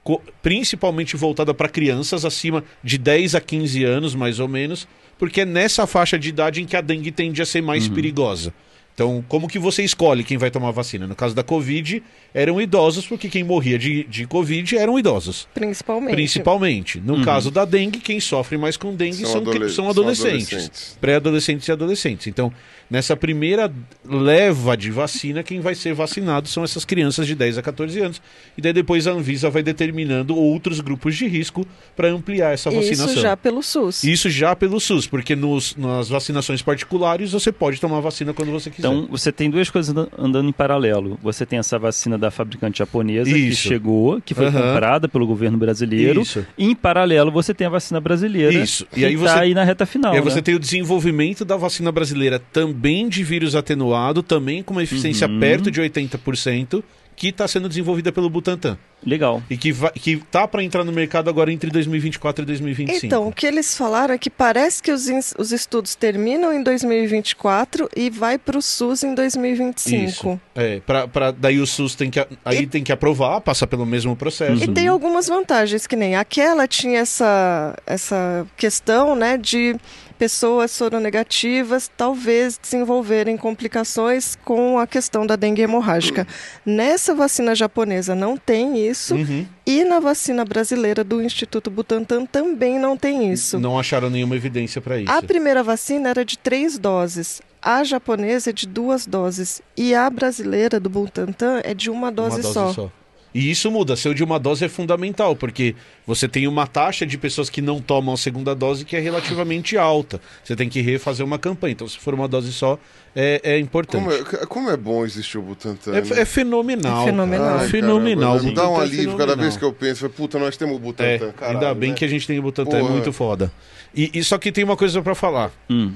Speaker 1: co- principalmente voltada para crianças acima de 10 a 15 anos, mais ou menos, porque é nessa faixa de idade em que a dengue tende a ser mais perigosa. Então, como que você escolhe quem vai tomar a vacina? No caso da Covid, eram idosos, porque quem morria de, de Covid eram idosos,
Speaker 2: Principalmente.
Speaker 1: principalmente. No caso da dengue, quem sofre mais com dengue Uhum. são, cri-
Speaker 4: adole-
Speaker 1: são adolescentes pré-adolescentes e adolescentes. Então, nessa primeira leva de vacina, quem vai ser vacinado são essas crianças de 10 a 14 anos. E daí depois a Anvisa vai determinando outros grupos de risco para ampliar essa vacinação.
Speaker 2: Isso já pelo SUS.
Speaker 1: Isso já pelo SUS, porque nos, nas vacinações particulares você pode tomar a vacina quando você quiser.
Speaker 3: Então, você tem duas coisas andan- andando em paralelo. Você tem essa vacina da fabricante japonesa que
Speaker 1: Isso.
Speaker 3: chegou, que foi
Speaker 1: Aham.
Speaker 3: comprada pelo governo brasileiro.
Speaker 1: Isso.
Speaker 3: E em paralelo, você tem a vacina brasileira.
Speaker 1: Isso. E
Speaker 3: que
Speaker 1: aí
Speaker 3: tá
Speaker 1: você-
Speaker 3: aí na reta final.
Speaker 1: E aí
Speaker 3: né?
Speaker 1: você tem o desenvolvimento da vacina brasileira também de vírus atenuado, também com uma eficiência
Speaker 3: Uhum.
Speaker 1: perto de 80%, que está sendo desenvolvida pelo Butantan.
Speaker 3: Legal.
Speaker 1: E que, vai, que tá para entrar no mercado agora entre 2024 e 2025.
Speaker 2: Então, o que eles falaram é que parece que os, ins- os estudos terminam em 2024 e vai para o SUS em 2025.
Speaker 1: Isso. É, pra, pra, daí o SUS tem que, a- aí
Speaker 2: E- Uhum.
Speaker 1: tem que aprovar, passa pelo mesmo processo.
Speaker 2: E tem algumas vantagens, que nem aquela tinha essa, essa questão né, de pessoas soronegativas talvez desenvolverem complicações com a questão da dengue hemorrágica. Nessa vacina japonesa não tem isso
Speaker 1: Uhum.
Speaker 2: e na vacina brasileira do Instituto Butantan também não tem isso.
Speaker 1: Não acharam nenhuma evidência para isso.
Speaker 2: A primeira vacina era de três doses. A japonesa é de duas doses. E a brasileira do Butantan é de uma
Speaker 1: Uma
Speaker 2: dose, só.
Speaker 1: E isso muda. Ser de uma dose é fundamental, porque você tem uma taxa de pessoas que não tomam a segunda dose que é relativamente alta. Você tem que refazer uma campanha. Então, se for uma dose só, é, é importante.
Speaker 4: Como é, como é bom existir o Butantan.
Speaker 1: É,
Speaker 4: né?
Speaker 1: f- é fenomenal.
Speaker 2: É fenomenal.
Speaker 1: cara.
Speaker 2: Ai,
Speaker 1: fenomenal.
Speaker 4: Cara,
Speaker 1: O
Speaker 4: me dá um
Speaker 1: Butantan é
Speaker 4: alívio cada
Speaker 1: fenomenal.
Speaker 4: vez que eu penso. falo, Puta, nós temos o Butantan.
Speaker 1: É,
Speaker 4: caralho,
Speaker 1: ainda bem
Speaker 4: né?
Speaker 1: que a gente tem o Butantan, é
Speaker 4: Porra.
Speaker 1: muito foda. E, e só que tem uma coisa pra falar.
Speaker 3: Hum.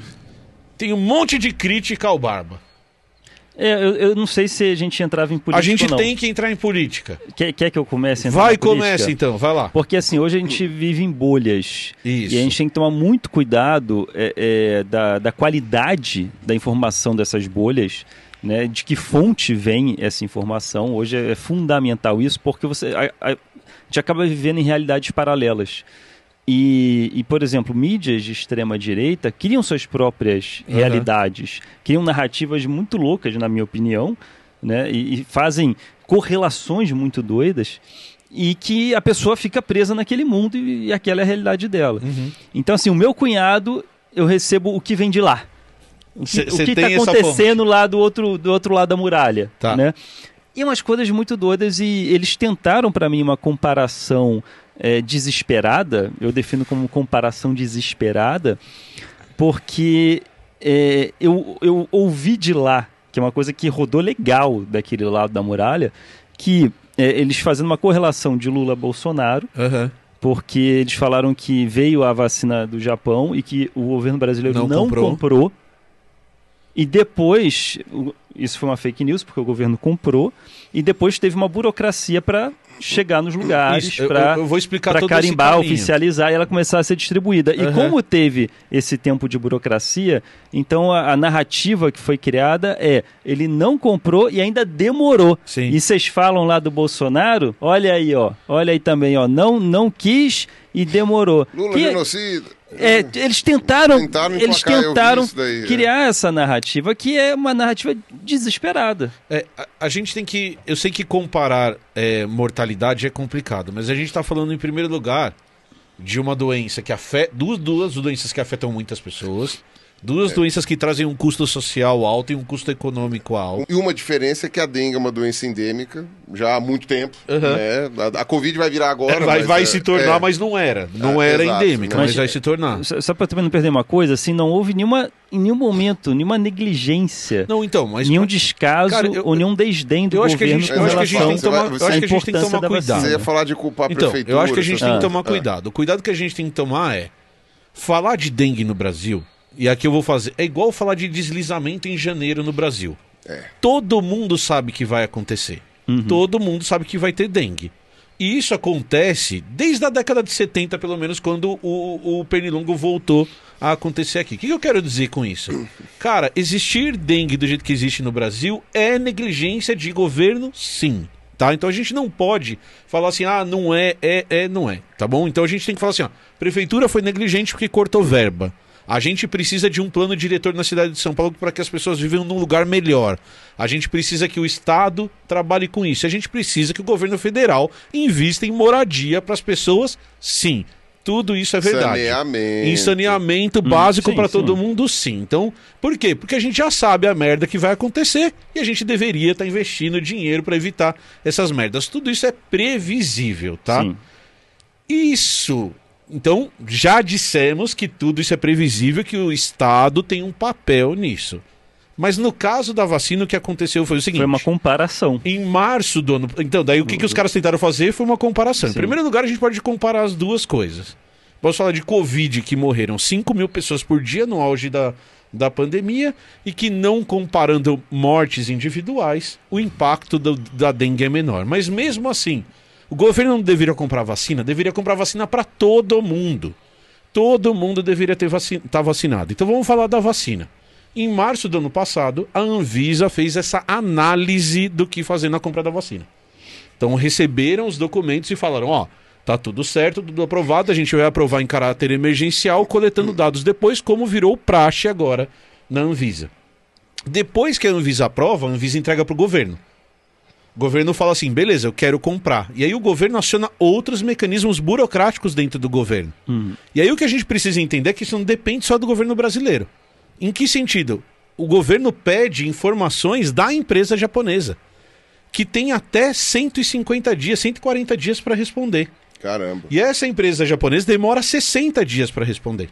Speaker 1: Tem um monte de crítica ao Barba.
Speaker 3: É, eu, eu não sei se a gente entrava em política
Speaker 1: a gente
Speaker 3: ou não.
Speaker 1: tem que entrar em política.
Speaker 3: Quer, quer que eu comece? a entrar
Speaker 1: Vai,
Speaker 3: na política?
Speaker 1: começa então, vai lá.
Speaker 3: Porque assim, hoje a gente vive em bolhas.
Speaker 1: Isso.
Speaker 3: E a gente tem que tomar muito cuidado é, é, da, da qualidade da informação dessas bolhas, né? De que fonte vem essa informação. Hoje é, é fundamental isso, porque você a, a, a gente acaba vivendo em realidades paralelas. E, e, por exemplo, mídias de extrema direita criam suas próprias
Speaker 1: Uhum.
Speaker 3: realidades, criam narrativas muito loucas, na minha opinião, né? E, e fazem correlações muito doidas e que a pessoa fica presa naquele mundo e, e aquela é a realidade dela.
Speaker 1: Uhum.
Speaker 3: Então, assim, o meu cunhado, eu recebo o que vem de lá. O que
Speaker 1: Cê- cê
Speaker 3: está
Speaker 1: tem essa
Speaker 3: acontecendo lá do outro, do outro lado da muralha,
Speaker 1: Tá.
Speaker 3: né? E umas coisas muito doidas e eles tentaram para mim uma comparação é, desesperada, eu defino como comparação desesperada, porque é, eu, eu ouvi de lá, que é uma coisa que rodou legal daquele lado da muralha, que é, eles fazendo uma correlação de Lula-Bolsonaro,
Speaker 1: Aham.
Speaker 3: porque eles falaram que veio a vacina do Japão e que o governo brasileiro não,
Speaker 1: Não
Speaker 3: comprou.
Speaker 1: comprou.
Speaker 3: E depois, o- isso foi uma fake news, porque o governo comprou, e depois teve uma burocracia para chegar nos lugares,
Speaker 1: Isso, eu-
Speaker 3: para
Speaker 1: eu, eu vou explicar
Speaker 3: para
Speaker 1: todo
Speaker 3: carimbar,
Speaker 1: esse caminho.
Speaker 3: oficializar e ela começar a ser distribuída. E
Speaker 1: Aham.
Speaker 3: como teve esse tempo de burocracia, então a, a narrativa que foi criada é ele não comprou e ainda demorou.
Speaker 1: Sim.
Speaker 3: E vocês falam lá do Bolsonaro, olha aí, ó, olha aí também, ó, não não quis e demorou.
Speaker 4: Lula
Speaker 3: Que-
Speaker 4: genocida.
Speaker 3: é, eles tentaram,
Speaker 4: Tentaram
Speaker 3: eles
Speaker 4: emplacar, eu vi
Speaker 3: tentaram
Speaker 4: isso daí, é.
Speaker 3: criar essa narrativa que é uma narrativa desesperada.
Speaker 1: É, a, a gente tem que. Eu sei que comparar é, mortalidade é complicado, mas a gente está falando, em primeiro lugar, de uma doença que afeta. Duas, duas doenças que afetam muitas pessoas.
Speaker 4: É.
Speaker 1: Duas doenças que trazem um custo social alto e um custo econômico alto.
Speaker 4: E uma diferença é que a dengue é uma doença endêmica já há muito tempo.
Speaker 1: Aham.
Speaker 4: Né? A, a Covid vai virar agora.
Speaker 1: É, vai
Speaker 4: mas,
Speaker 1: vai
Speaker 4: é,
Speaker 1: se tornar,
Speaker 4: é.
Speaker 1: mas não era. Não
Speaker 4: É,
Speaker 1: era
Speaker 4: exato,
Speaker 1: endêmica,
Speaker 4: né?
Speaker 1: mas,
Speaker 3: Mas-
Speaker 1: vai se tornar.
Speaker 3: Só, só para também não perder uma coisa, assim, não houve nenhuma em nenhum momento, nenhuma negligência
Speaker 1: Não, então, mas.
Speaker 3: nenhum descaso
Speaker 1: Cara, eu-
Speaker 3: ou nenhum desdém do
Speaker 1: eu acho que a
Speaker 3: governo
Speaker 1: gente-
Speaker 3: com
Speaker 4: eu acho que a gente
Speaker 3: relação
Speaker 4: tem que tomar- eu
Speaker 3: à
Speaker 4: acho
Speaker 1: que a gente tem que
Speaker 3: importância
Speaker 1: tomar
Speaker 3: da
Speaker 1: cuidado.
Speaker 3: vacina.
Speaker 4: Você ia falar de culpar a
Speaker 1: Então,
Speaker 4: prefeitura.
Speaker 1: eu acho que a gente
Speaker 4: essas
Speaker 1: tem que
Speaker 4: coisas.
Speaker 1: tomar cuidado. O cuidado que a gente tem que tomar é falar de dengue no Brasil, e aqui eu vou fazer, é igual falar de deslizamento em janeiro no Brasil. Todo mundo sabe que vai acontecer. Todo mundo sabe que vai ter dengue. E isso acontece desde a década de 70, pelo menos, quando o, o pernilongo voltou a acontecer aqui. O que que eu quero dizer com isso? Cara, existir dengue do jeito que existe no Brasil é negligência de governo, sim. Tá? Então a gente não pode falar assim, ah, não é, é, é, não é. Tá bom? Então a gente tem que falar assim, ó, prefeitura foi negligente porque cortou verba. A gente precisa de um plano diretor na cidade de São Paulo para que as pessoas vivam num lugar melhor. A gente precisa que o Estado trabalhe com isso. A gente precisa que o governo federal invista em moradia para as pessoas, sim. Tudo isso é verdade.
Speaker 4: Saneamento.
Speaker 1: Em saneamento básico
Speaker 3: Hum, sim,
Speaker 1: para todo
Speaker 3: sim.
Speaker 1: mundo, sim. Então, por quê? Porque a gente já sabe a merda que vai acontecer e a gente deveria estar investindo dinheiro para evitar essas merdas. Tudo isso é previsível, tá?
Speaker 3: Sim.
Speaker 1: Isso. Então, já dissemos que tudo isso é previsível, que o Estado tem um papel nisso. Mas no caso da vacina, o que aconteceu foi o seguinte.
Speaker 3: Foi uma comparação.
Speaker 1: Em março do ano. Então, daí o que, que os caras tentaram fazer foi uma comparação. Em
Speaker 3: Sim.
Speaker 1: primeiro lugar, a gente pode comparar as duas coisas. Posso falar de Covid, que morreram 5 mil pessoas por dia no auge da, da pandemia, e que não comparando mortes individuais, o impacto do- da dengue é menor. Mas mesmo assim, o governo não deveria comprar vacina, deveria comprar vacina para todo mundo. Todo mundo deveria estar vacinado. Então vamos falar da vacina. Em março do ano passado, a Anvisa fez essa análise do que fazer na compra da vacina. Então receberam os documentos e falaram: ó, tá tudo certo, tudo aprovado, a gente vai aprovar em caráter emergencial, coletando dados depois, como virou praxe agora na Anvisa. Depois que a Anvisa aprova, a Anvisa entrega para o governo. O governo fala assim: beleza, eu quero comprar. E aí o governo aciona outros mecanismos burocráticos dentro do governo. E aí o que a gente precisa entender é que isso não depende só do governo brasileiro. Em que sentido? O governo pede informações da empresa japonesa, que tem até 150 dias, 140 dias para responder.
Speaker 4: Caramba.
Speaker 1: E essa empresa japonesa demora 60 dias para responder.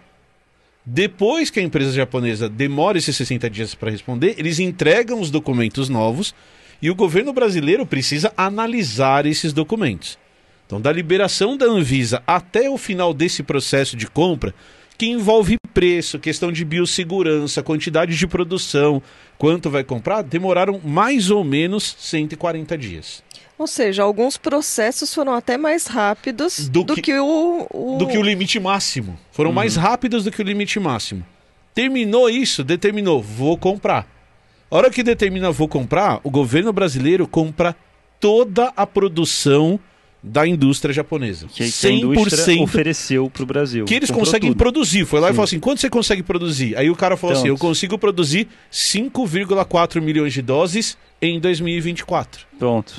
Speaker 1: Depois que a empresa japonesa demora esses 60 dias para responder, eles entregam os documentos novos e o governo brasileiro precisa analisar esses documentos. Então, da liberação da Anvisa até o final desse processo de compra, que envolve preço, questão de biossegurança, quantidade de produção, quanto vai comprar, demoraram mais ou menos 140 dias.
Speaker 2: Ou seja, alguns processos foram até mais rápidos
Speaker 1: Do
Speaker 2: do,
Speaker 1: que-
Speaker 2: que, o, o-
Speaker 1: do que o limite máximo. Foram
Speaker 3: Uhum.
Speaker 1: mais rápidos do que o limite máximo. Terminou isso, determinou, vou comprar. A hora que determina vou comprar, o governo brasileiro compra toda a produção da indústria japonesa.
Speaker 3: Que, que a indústria ofereceu para o Brasil.
Speaker 1: que eles
Speaker 3: Comprou
Speaker 1: conseguem
Speaker 3: tudo.
Speaker 1: produzir. Foi lá e
Speaker 3: Sim.
Speaker 1: falou assim: quanto você consegue produzir? Aí o cara falou
Speaker 3: Então,
Speaker 1: assim: eu consigo produzir 5,4 milhões de doses em 2024.
Speaker 3: Pronto.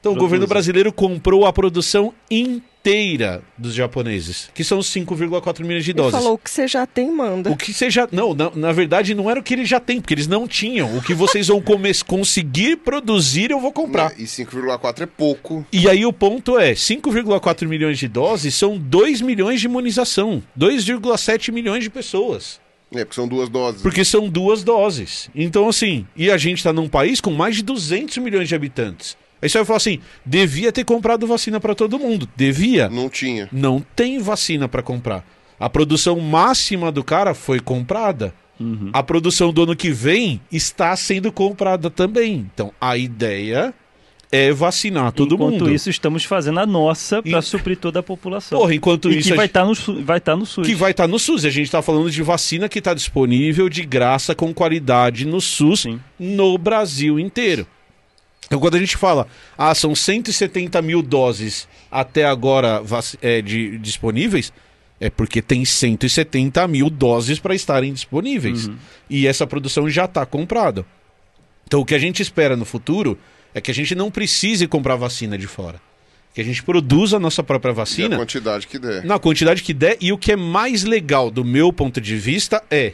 Speaker 1: Então o
Speaker 3: Produzem.
Speaker 1: governo brasileiro comprou a produção inteira dos japoneses, que são 5,4 milhões de
Speaker 2: Ele
Speaker 1: doses.
Speaker 2: falou o que você já tem, manda.
Speaker 1: O que você já. Não, na, na verdade não era o que eles já têm, porque eles não tinham. O que vocês vão come- conseguir produzir, eu vou comprar.
Speaker 4: E 5,4 é pouco.
Speaker 1: E aí o ponto é: 5,4 milhões de doses são 2 milhões de imunização. 2,7 milhões de pessoas.
Speaker 4: É, porque são duas doses.
Speaker 1: Porque são duas doses. Então, assim, e a gente tá num país com mais de 200 milhões de habitantes. Aí você vai falar assim: devia ter comprado vacina para todo mundo. Devia.
Speaker 4: Não tinha.
Speaker 1: Não tem vacina para comprar. A produção máxima do cara foi comprada.
Speaker 3: Uhum.
Speaker 1: A produção do ano que vem está sendo comprada também. Então, a ideia é vacinar todo
Speaker 3: Enquanto
Speaker 1: mundo.
Speaker 3: isso, estamos fazendo a nossa para
Speaker 1: E-
Speaker 3: suprir toda a população.
Speaker 1: Porra, enquanto
Speaker 3: e
Speaker 1: isso.
Speaker 3: que
Speaker 1: a
Speaker 3: vai
Speaker 1: gente-
Speaker 3: estar no, Su- vai tá no SUS.
Speaker 1: que vai estar no SUS. A gente está falando de vacina que está disponível de graça, com qualidade no SUS,
Speaker 3: Sim.
Speaker 1: no Brasil inteiro. Então, quando a gente fala, ah, são 170 mil doses até agora vac- é, de, disponíveis, é porque tem 170 mil doses para estarem disponíveis.
Speaker 3: Uhum.
Speaker 1: E essa produção já está comprada. Então, o que a gente espera no futuro é que a gente não precise comprar vacina de fora. Que a gente produza a nossa própria
Speaker 4: E a
Speaker 1: vacina
Speaker 4: quantidade que der.
Speaker 1: na quantidade que der. E o que é mais legal do meu ponto de vista é: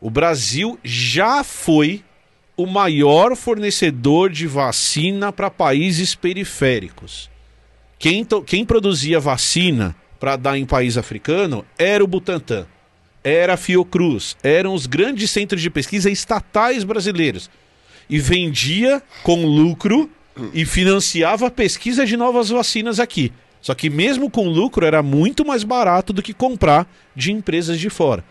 Speaker 1: o Brasil já foi o maior fornecedor de vacina para países periféricos. Quem, to- quem produzia vacina para dar em país africano era o Butantan, era a Fiocruz, eram os grandes centros de pesquisa estatais brasileiros. E vendia com lucro e financiava a pesquisa de novas vacinas aqui. Só que mesmo com lucro era muito mais barato do que comprar de empresas de fora.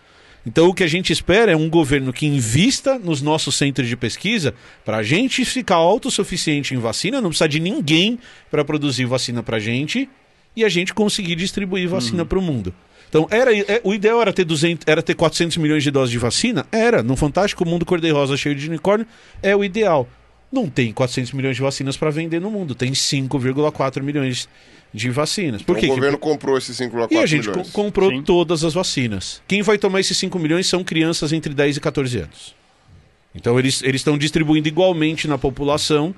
Speaker 1: Então o que a gente espera é um governo que invista nos nossos centros de pesquisa para a gente ficar autossuficiente em vacina, não precisar de ninguém para produzir vacina para a gente e a gente conseguir distribuir vacina
Speaker 4: Uhum.
Speaker 1: para o mundo. Então era é, o ideal era ter 200, era ter 400 milhões de doses de vacina, era no fantástico mundo cor-de-rosa cheio de unicórnio é o ideal. Não tem 400 milhões de vacinas para vender no mundo, tem 5,4 milhões de vacinas. Por
Speaker 4: Então,
Speaker 1: quê?
Speaker 4: o
Speaker 1: Que-
Speaker 4: governo comprou esses 5,4
Speaker 1: e a gente
Speaker 4: milhões.
Speaker 1: co- comprou
Speaker 3: Sim.
Speaker 1: todas as vacinas. Quem vai tomar esses 5 milhões são crianças entre 10 e 14 anos. Então eles eles estão distribuindo igualmente na população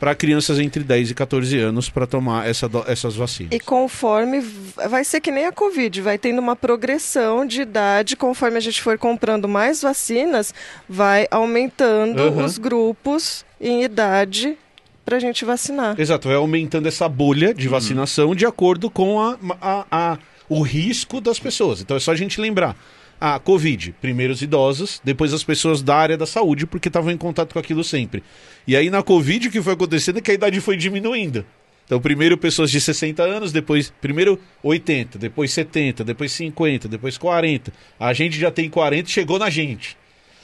Speaker 1: para crianças entre 10 e 14 anos para tomar essa do- essas vacinas.
Speaker 2: E conforme. Vai ser que nem a Covid, vai tendo uma progressão de idade. Conforme a gente for comprando mais vacinas, vai aumentando
Speaker 1: Aham.
Speaker 2: os grupos em idade para a gente vacinar.
Speaker 1: Exato, vai aumentando essa bolha de vacinação de acordo com a, a- a- o risco das pessoas. Então é só a gente lembrar. A Covid, primeiro os idosos, depois as pessoas da área da saúde, porque estavam em contato com aquilo sempre. E aí na Covid o que foi acontecendo é que a idade foi diminuindo. Então primeiro pessoas de 60 anos, depois primeiro 80, depois 70, depois 50, depois 40. A gente já tem 40, chegou na gente.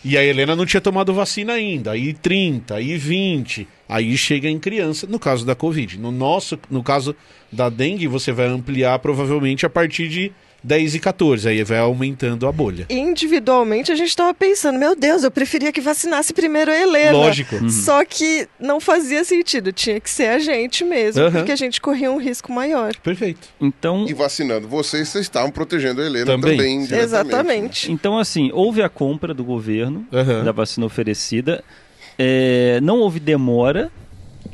Speaker 1: E a Helena não tinha tomado vacina ainda. Aí 30, aí 20. Aí chega em criança, no caso da Covid. No nosso, no caso da dengue, você vai ampliar provavelmente a partir de 10 e 14. Aí vai aumentando a bolha.
Speaker 2: Individualmente, a gente estava pensando: meu Deus, eu preferia que vacinasse primeiro a Helena. Uhum.
Speaker 1: Lógico.
Speaker 2: Só que não fazia sentido, tinha que ser a gente mesmo,
Speaker 1: Aham.
Speaker 2: porque a gente corria um risco maior.
Speaker 1: Perfeito.
Speaker 3: Então,
Speaker 4: E vacinando vocês, vocês estavam protegendo a Helena
Speaker 1: Também.
Speaker 4: também. diretamente. né?
Speaker 2: Exatamente.
Speaker 3: então, assim, houve a compra do governo
Speaker 1: Aham.
Speaker 3: da vacina oferecida. É, não houve demora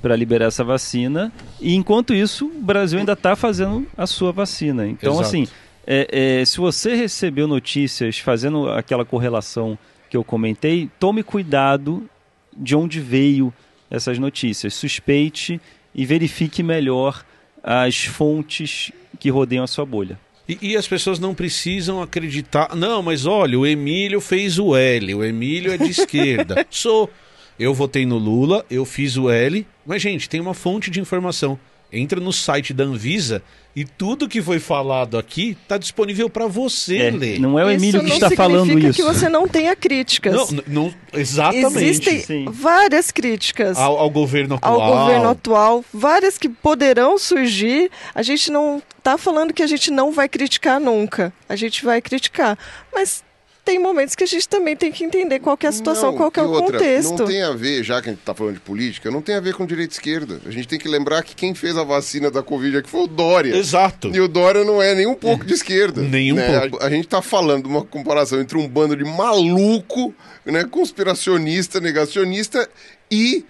Speaker 3: para liberar essa vacina. E enquanto isso, o Brasil ainda está fazendo a sua vacina. Então,
Speaker 1: Exato.
Speaker 3: assim, é, é, se você recebeu notícias fazendo aquela correlação que eu comentei, tome cuidado de onde veio essas notícias. Suspeite e verifique melhor as fontes que rodeiam a sua bolha.
Speaker 1: E, e as pessoas não precisam acreditar. Não, mas olha, o Emílio fez o L. O Emílio é de esquerda. Sou. Eu votei no Lula, eu fiz o L. Mas, gente, tem uma fonte de informação. Entra no site da Anvisa e tudo que foi falado aqui tá disponível para você
Speaker 3: É,
Speaker 1: ler.
Speaker 3: não é o Emílio que
Speaker 2: não
Speaker 3: está falando
Speaker 2: significa
Speaker 3: isso.
Speaker 2: que você não tenha críticas.
Speaker 1: Não, n- não- exatamente.
Speaker 2: Existem
Speaker 3: Sim. Ah,
Speaker 2: várias críticas
Speaker 1: Ao, ao governo
Speaker 2: ao
Speaker 1: atual.
Speaker 2: governo atual, várias que poderão surgir. A gente tá não está falando que a gente não vai criticar nunca. A gente vai criticar. Mas tem momentos que a gente também tem que entender qual que é a situação,
Speaker 4: Não,
Speaker 2: qual que é
Speaker 4: e
Speaker 2: o
Speaker 4: outra,
Speaker 2: contexto.
Speaker 4: Não tem a ver, já que a gente está falando de política, não tem a ver com direita e esquerda. A gente tem que lembrar que quem fez a vacina da Covid aqui foi o Dória.
Speaker 1: Exato. Uhum.
Speaker 4: E o Dória não é nem um pouco de esquerda.
Speaker 1: Nem um
Speaker 4: né?
Speaker 1: pouco.
Speaker 4: A, a gente tá falando de uma comparação entre um bando de maluco, né, conspiracionista, negacionista e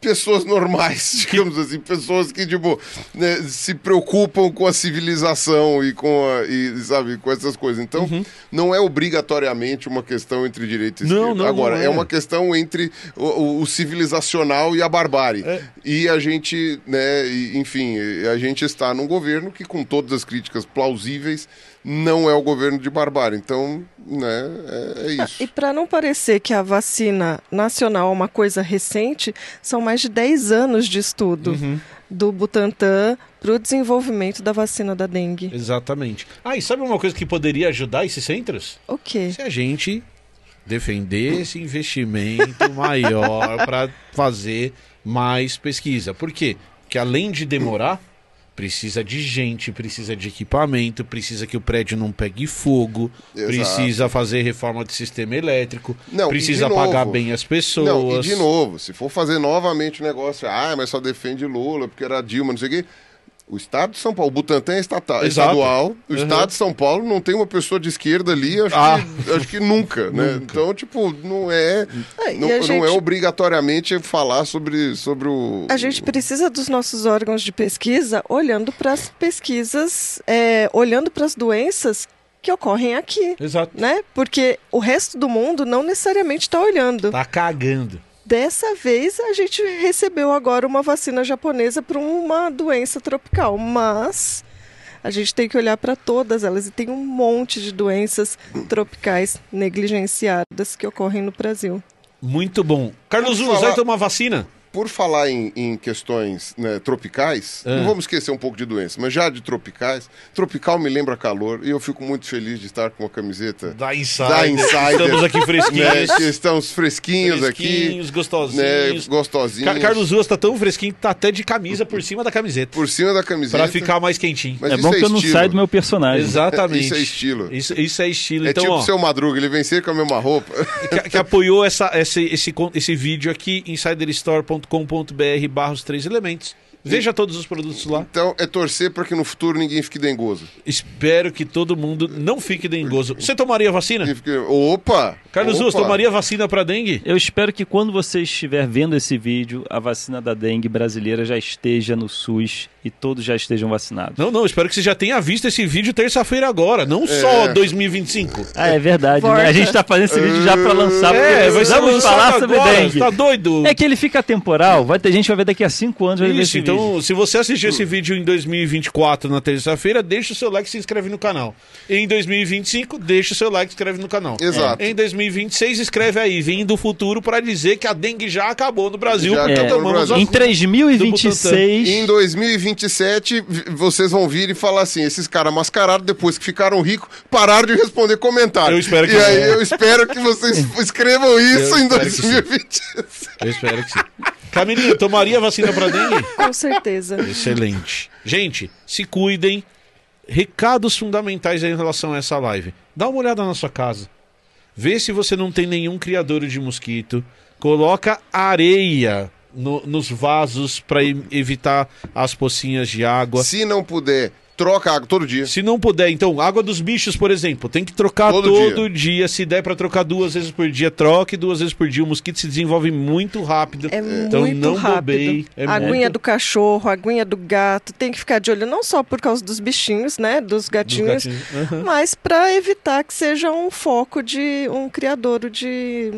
Speaker 4: pessoas normais, digamos assim, pessoas que tipo né, se preocupam com a civilização e com a, e, sabe com essas coisas. Então,
Speaker 1: Uhum.
Speaker 4: não é obrigatoriamente uma questão entre direita e
Speaker 1: Não,
Speaker 4: esquerda.
Speaker 1: não,
Speaker 4: Agora
Speaker 1: não
Speaker 4: é.
Speaker 1: é.
Speaker 4: uma questão entre o, o- o civilizacional e a barbárie.
Speaker 1: É.
Speaker 4: E a gente, né, e- enfim, e a gente está num governo que, com todas as críticas plausíveis, não é o governo de barbárie. Então, né, é, é isso.
Speaker 2: E para não parecer que a vacina nacional é uma coisa recente, são mais de 10 anos de estudo
Speaker 4: Uhum.
Speaker 2: do Butantan para o desenvolvimento da vacina da dengue.
Speaker 1: Exatamente. Ah, e sabe uma coisa que poderia ajudar esses centros?
Speaker 4: É.
Speaker 2: O quê?
Speaker 1: Se a gente defender esse investimento maior para fazer mais pesquisa. Por quê? Porque além de demorar, precisa de gente, precisa de equipamento, precisa que o prédio não pegue fogo,
Speaker 4: Exato.
Speaker 1: precisa fazer reforma de sistema elétrico,
Speaker 4: Não, e
Speaker 1: precisa
Speaker 4: de novo-
Speaker 1: pagar bem as pessoas.
Speaker 4: Não, e de novo, se for fazer novamente o negócio, ah, mas só defende Lula porque era Dilma, não sei o quê. O Estado de São Paulo, o Butantan é estata-
Speaker 1: Exato.
Speaker 4: estadual, o
Speaker 1: Uhum.
Speaker 4: Estado de São Paulo não tem uma pessoa de esquerda ali, acho,
Speaker 1: Ah.
Speaker 4: que, acho que nunca, né? Então, tipo, não é,
Speaker 2: Ah, e
Speaker 4: não,
Speaker 2: a
Speaker 4: não
Speaker 2: gente-
Speaker 4: é obrigatoriamente falar sobre, sobre o...
Speaker 2: A gente precisa dos nossos órgãos de pesquisa olhando para as pesquisas, é, olhando para as doenças que ocorrem aqui.
Speaker 1: Exato.
Speaker 2: Né? Porque o resto do mundo não necessariamente está olhando.
Speaker 1: Tá cagando.
Speaker 2: Dessa vez a gente recebeu agora uma vacina japonesa para uma doença tropical, mas a gente tem que olhar para todas elas e tem um monte de doenças tropicais negligenciadas que ocorrem no Brasil.
Speaker 1: Muito bom. Carlos
Speaker 4: Vamos
Speaker 1: Zulos,
Speaker 4: falar-
Speaker 1: vai tomar vacina?
Speaker 4: Por falar em, em questões né, tropicais,
Speaker 1: Ah.
Speaker 4: não vamos esquecer um pouco de doença, mas já de tropicais, tropical me lembra calor e eu fico muito feliz de estar com uma camiseta
Speaker 1: Da Insider.
Speaker 4: da Insider.
Speaker 1: Estamos aqui fresquinhos.
Speaker 4: Né, que estamos fresquinhos,
Speaker 1: Fresquinhos,
Speaker 4: aqui, né,
Speaker 1: gostosinhos.
Speaker 4: gostosinhos.
Speaker 1: Ca- Carlos Ruas tá tão fresquinho que tá até de camisa por cima da camiseta.
Speaker 4: por cima da camiseta.
Speaker 1: Pra ficar mais quentinho.
Speaker 4: Mas
Speaker 3: é
Speaker 4: isso
Speaker 3: bom que eu não
Speaker 4: estilo.
Speaker 3: saio do meu personagem.
Speaker 1: Exatamente.
Speaker 4: Isso é estilo.
Speaker 1: Isso, isso é estilo.
Speaker 4: É
Speaker 1: então,
Speaker 4: tipo
Speaker 1: ó,
Speaker 4: seu Madruga, ele vem sempre com a mesma roupa.
Speaker 1: que, que apoiou essa, esse, esse, con- esse vídeo aqui, insiderstore.com.br barra os três elementos. Veja todos os produtos lá.
Speaker 4: Então é torcer pra que no futuro ninguém fique dengoso.
Speaker 1: Espero que todo mundo não fique dengoso. Você tomaria
Speaker 4: E
Speaker 1: vacina?
Speaker 4: fique- Opa!
Speaker 1: Carlos
Speaker 4: opa.
Speaker 1: Ruas, tomaria vacina pra dengue?
Speaker 3: Eu espero que quando você estiver vendo esse vídeo, a vacina da dengue brasileira já esteja no SUS e todos já estejam vacinados.
Speaker 1: Não, não, espero que você já tenha visto esse vídeo terça-feira agora, não
Speaker 4: É.
Speaker 1: só 2025.
Speaker 3: Ah, é verdade.
Speaker 2: Volta.
Speaker 3: Né? A gente tá fazendo esse vídeo já pra lançar, porque
Speaker 1: É, vai ser
Speaker 3: precisamos
Speaker 1: lançado
Speaker 3: Tá, falar sobre
Speaker 1: agora,
Speaker 3: dengue.
Speaker 1: Tá doido?
Speaker 3: É que ele fica temporal, vai ter gente que vai ver daqui a cinco anos, vai ver
Speaker 1: Isso,
Speaker 3: esse
Speaker 1: então,
Speaker 3: vídeo.
Speaker 1: se você assistir esse vídeo em 2024, na terça-feira, deixa o seu like e se inscreve no canal. Em 2025, deixa o seu like e se inscreve no canal.
Speaker 4: Exato.
Speaker 1: Em 2026, escreve aí, vem do futuro pra dizer que a dengue já acabou no Brasil,
Speaker 4: Já
Speaker 1: porque
Speaker 4: acabou no
Speaker 1: tomamos
Speaker 4: Brasil.
Speaker 1: a...
Speaker 3: Em
Speaker 4: Em
Speaker 3: 3026,
Speaker 4: 2027, vi- vocês vão vir e falar assim: esses caras mascarados, depois que ficaram ricos, pararam de responder comentário.
Speaker 1: Eu espero que
Speaker 4: e aí
Speaker 1: não.
Speaker 4: eu espero que vocês escrevam isso
Speaker 1: Eu
Speaker 4: em
Speaker 1: espero que sim.
Speaker 4: 2027.
Speaker 1: Eu espero que sim. Camilinha, tomaria vacina pra dengue?
Speaker 2: Com certeza.
Speaker 1: Excelente. Gente, se cuidem. Recados fundamentais aí em relação a essa live. Dá uma olhada na sua casa. Vê se você não tem nenhum criador de mosquito. Coloca areia no- nos vasos para evitar as pocinhas de água. Se...
Speaker 4: Se não puder, troca água todo dia.
Speaker 1: não puder, então, água dos bichos, por exemplo, tem que trocar
Speaker 4: Todo
Speaker 1: todo,
Speaker 4: dia.
Speaker 1: dia. Se der para trocar duas vezes por dia, troque duas vezes por dia. O mosquito se desenvolve muito rápido.
Speaker 2: É
Speaker 1: então
Speaker 2: muito
Speaker 1: não
Speaker 2: rápido.
Speaker 1: bobeie. É
Speaker 2: a aguinha
Speaker 1: muito-
Speaker 2: do cachorro, a aguinha do gato, tem que ficar de olho não só por causa dos bichinhos, né, dos
Speaker 1: dos
Speaker 2: gatinhos,
Speaker 1: gatinhos. Aham.
Speaker 3: Uhum.
Speaker 2: mas para evitar que seja um foco de um criadouro de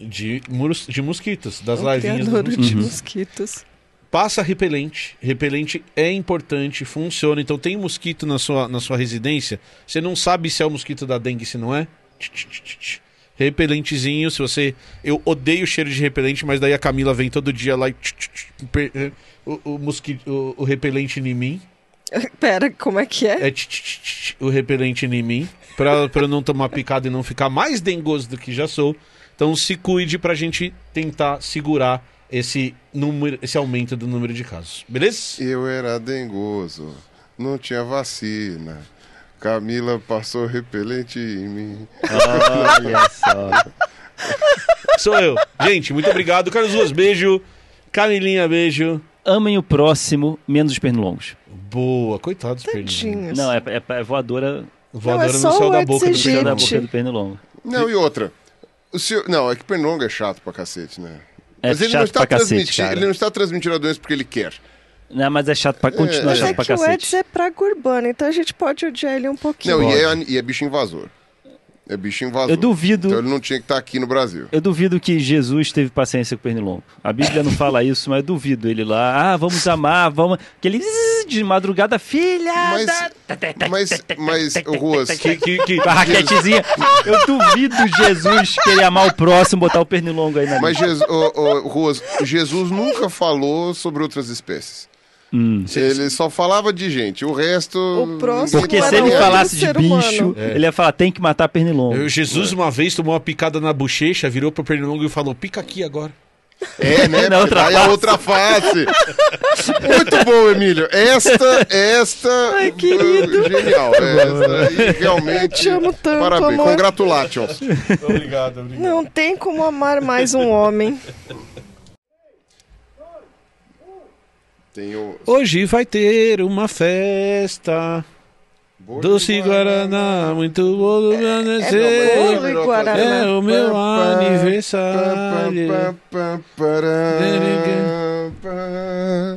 Speaker 1: De, muros, de mosquitos, das né?
Speaker 2: um
Speaker 1: larvinhas. dos
Speaker 2: criadouro de
Speaker 3: Uhum.
Speaker 1: mosquitos.
Speaker 2: mosquitos.
Speaker 1: Passa repelente. Repelente é importante, funciona. Então tem mosquito na sua, na sua residência. Você não sabe se é o mosquito da dengue, se não é? Tch, tch, tch, tch, tch. Repelentezinho, se você. Eu odeio o cheiro de repelente, mas daí a Camila vem todo dia lá e. tch, tch, tch, pe- eh, o, o, mosqui- o, o repelente em mim.
Speaker 2: Pera, como é que é?
Speaker 1: É tch, tch, tch, tch, o repelente em mim. Pra, pra eu não tomar picada e não ficar mais dengoso do que já sou. Então se cuide pra gente tentar segurar esse, número, esse aumento do número de casos. Beleza?
Speaker 4: Eu era dengoso, não tinha vacina. Camila passou repelente em mim.
Speaker 3: Olha só.
Speaker 1: Sou eu. Gente, muito obrigado. Carlos Ruas, beijo. Camilinha, beijo.
Speaker 3: Amem o próximo, menos os pernilongos.
Speaker 1: Boa, coitado dos pernilongos.
Speaker 2: Tadinhos.
Speaker 3: Não, é, é- é voadora
Speaker 1: Voadora
Speaker 2: Não, é
Speaker 1: no
Speaker 2: só
Speaker 1: céu
Speaker 2: o
Speaker 1: da
Speaker 2: Ed
Speaker 1: boca do
Speaker 2: Sergi.
Speaker 3: puxando a
Speaker 1: pernilongo.
Speaker 3: boca do pernilongo.
Speaker 4: Não, e outra. O senhor... Não, é que Pernilonga é chato pra cacete, né?
Speaker 3: É
Speaker 4: Mas ele
Speaker 3: chato
Speaker 4: não, está
Speaker 3: pra cacete,
Speaker 4: transmiti-
Speaker 3: cara.
Speaker 4: ele não está transmitindo a doença porque ele quer.
Speaker 3: Não, mas é chato pra continuar
Speaker 4: É
Speaker 2: Mas
Speaker 3: chato
Speaker 2: é
Speaker 3: pra
Speaker 2: que o Eds
Speaker 3: cacete.
Speaker 2: é praga urbana, então a gente pode odiar ele um pouquinho.
Speaker 4: Não,
Speaker 1: Bora.
Speaker 4: e é, an- e é bicho invasor. É bicho invasor.
Speaker 3: Eu duvido.
Speaker 4: Então ele não tinha que estar aqui no Brasil.
Speaker 3: Eu duvido que Jesus teve paciência com o pernilongo. A Bíblia não fala isso, mas eu duvido ele lá. Ah, vamos amar, vamos. Que ele zzz, de madrugada, filha!
Speaker 4: Mas,
Speaker 3: da-
Speaker 4: mas, mas, ô, Ruas,
Speaker 1: Que, que, que...
Speaker 3: Com a raquetezinha. Eu duvido Jesus querer amar o próximo, botar o pernilongo aí na
Speaker 4: mas Jesus, ô, ô, Ruas, Jesus nunca falou sobre outras espécies.
Speaker 3: Hum,
Speaker 4: Ele só falava de gente. O resto.
Speaker 2: O próximo
Speaker 3: Porque
Speaker 4: ninguém
Speaker 2: Não
Speaker 3: se
Speaker 2: era
Speaker 3: ele
Speaker 2: outro
Speaker 4: um
Speaker 3: falasse de
Speaker 2: ser humano.
Speaker 3: bicho,
Speaker 4: É.
Speaker 3: ele ia falar, tem que matar pernilongo.
Speaker 1: Eu- Jesus uma vez tomou uma picada na bochecha, virou pro pernilongo e falou, pica aqui agora.
Speaker 4: É, né?
Speaker 3: Na outra
Speaker 4: Vai a
Speaker 3: face.
Speaker 4: outra face. Muito bom, Emílio. Esta, esta.
Speaker 2: Ai, querido.
Speaker 4: uh, Genial. Esta, e realmente.
Speaker 2: Eu te amo tanto,
Speaker 4: Parabéns.
Speaker 2: amor.
Speaker 4: Congratulations.
Speaker 1: Obrigado, obrigado.
Speaker 2: Não tem como amar mais um homem.
Speaker 4: Tenho.
Speaker 1: Hoje vai ter uma festa. Doce Guaraná, muito bom.
Speaker 2: É
Speaker 1: É,
Speaker 2: meu bolo e
Speaker 1: é
Speaker 2: Guaraná.
Speaker 1: o meu aniversário.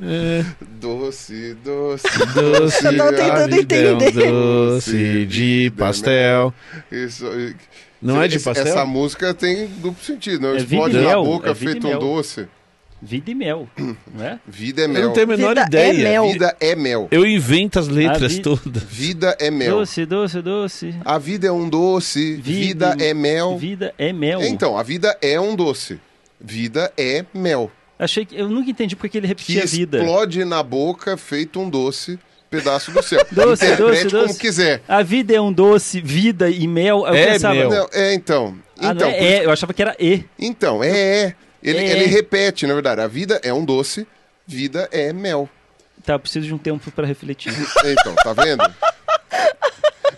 Speaker 1: É,
Speaker 4: Doce, doce,
Speaker 1: doce
Speaker 2: Eu tô tentando
Speaker 1: de
Speaker 2: entender.
Speaker 1: algodão, doce de pastel.
Speaker 4: Isso,
Speaker 1: Não é de
Speaker 4: essa- Essa
Speaker 1: pastel?
Speaker 4: música tem duplo sentido, não?
Speaker 3: É
Speaker 4: Explode
Speaker 3: vida e
Speaker 4: na
Speaker 3: mel,
Speaker 4: boca,
Speaker 3: é vida e
Speaker 4: feito
Speaker 3: mel.
Speaker 4: um doce.
Speaker 3: Vida e mel, não é?
Speaker 4: Vida é mel.
Speaker 1: Eu não tenho a menor
Speaker 2: Vida é
Speaker 1: ideia.
Speaker 2: mel.
Speaker 4: Vida é mel.
Speaker 1: Eu invento as letras
Speaker 3: Ah, vi-
Speaker 1: todas.
Speaker 4: Vida é mel.
Speaker 3: Doce, doce, doce.
Speaker 4: A vida é um doce, vida,
Speaker 3: Vida-
Speaker 4: é mel.
Speaker 3: Vida é mel.
Speaker 4: Então, a vida é um doce. Vida é mel.
Speaker 3: Achei que eu nunca entendi porque que ele
Speaker 4: Que
Speaker 3: repetia vida.
Speaker 4: explode na boca, feito um doce, pedaço do céu.
Speaker 3: Doce,
Speaker 4: Interprete
Speaker 3: doce,
Speaker 4: como
Speaker 3: doce.
Speaker 4: quiser.
Speaker 3: A vida é um doce, vida e mel. Eu
Speaker 1: É
Speaker 3: pensava,
Speaker 1: mel.
Speaker 4: Não, é então.
Speaker 3: Ah, não
Speaker 4: então,
Speaker 3: é, é, eu achava que era E.
Speaker 4: então, é, é. Ele,
Speaker 3: É.
Speaker 4: ele repete, na verdade. A vida é um doce, vida é mel.
Speaker 3: Tá, preciso de um tempo pra refletir.
Speaker 4: Então, tá vendo?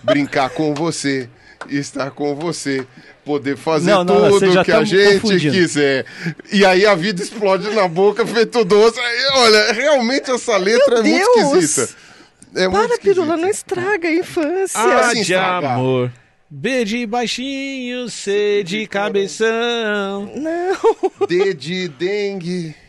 Speaker 4: Brincar com você, estar com você, poder fazer
Speaker 3: Não, não, não,
Speaker 4: tudo
Speaker 3: você já
Speaker 4: que
Speaker 3: tá
Speaker 4: a
Speaker 3: me
Speaker 4: gente
Speaker 3: confundindo.
Speaker 4: quiser. E aí a vida explode na boca, feito doce. Aí, Olha, realmente essa letra é muito
Speaker 2: Deus!
Speaker 4: esquisita. É muito
Speaker 2: Para,
Speaker 4: esquisita.
Speaker 2: Pirula, não estraga a infância.
Speaker 1: Ah,
Speaker 4: assim
Speaker 1: de
Speaker 4: estragar.
Speaker 1: amor. B de baixinho, C de cabeção.
Speaker 2: Não,
Speaker 4: D de dengue,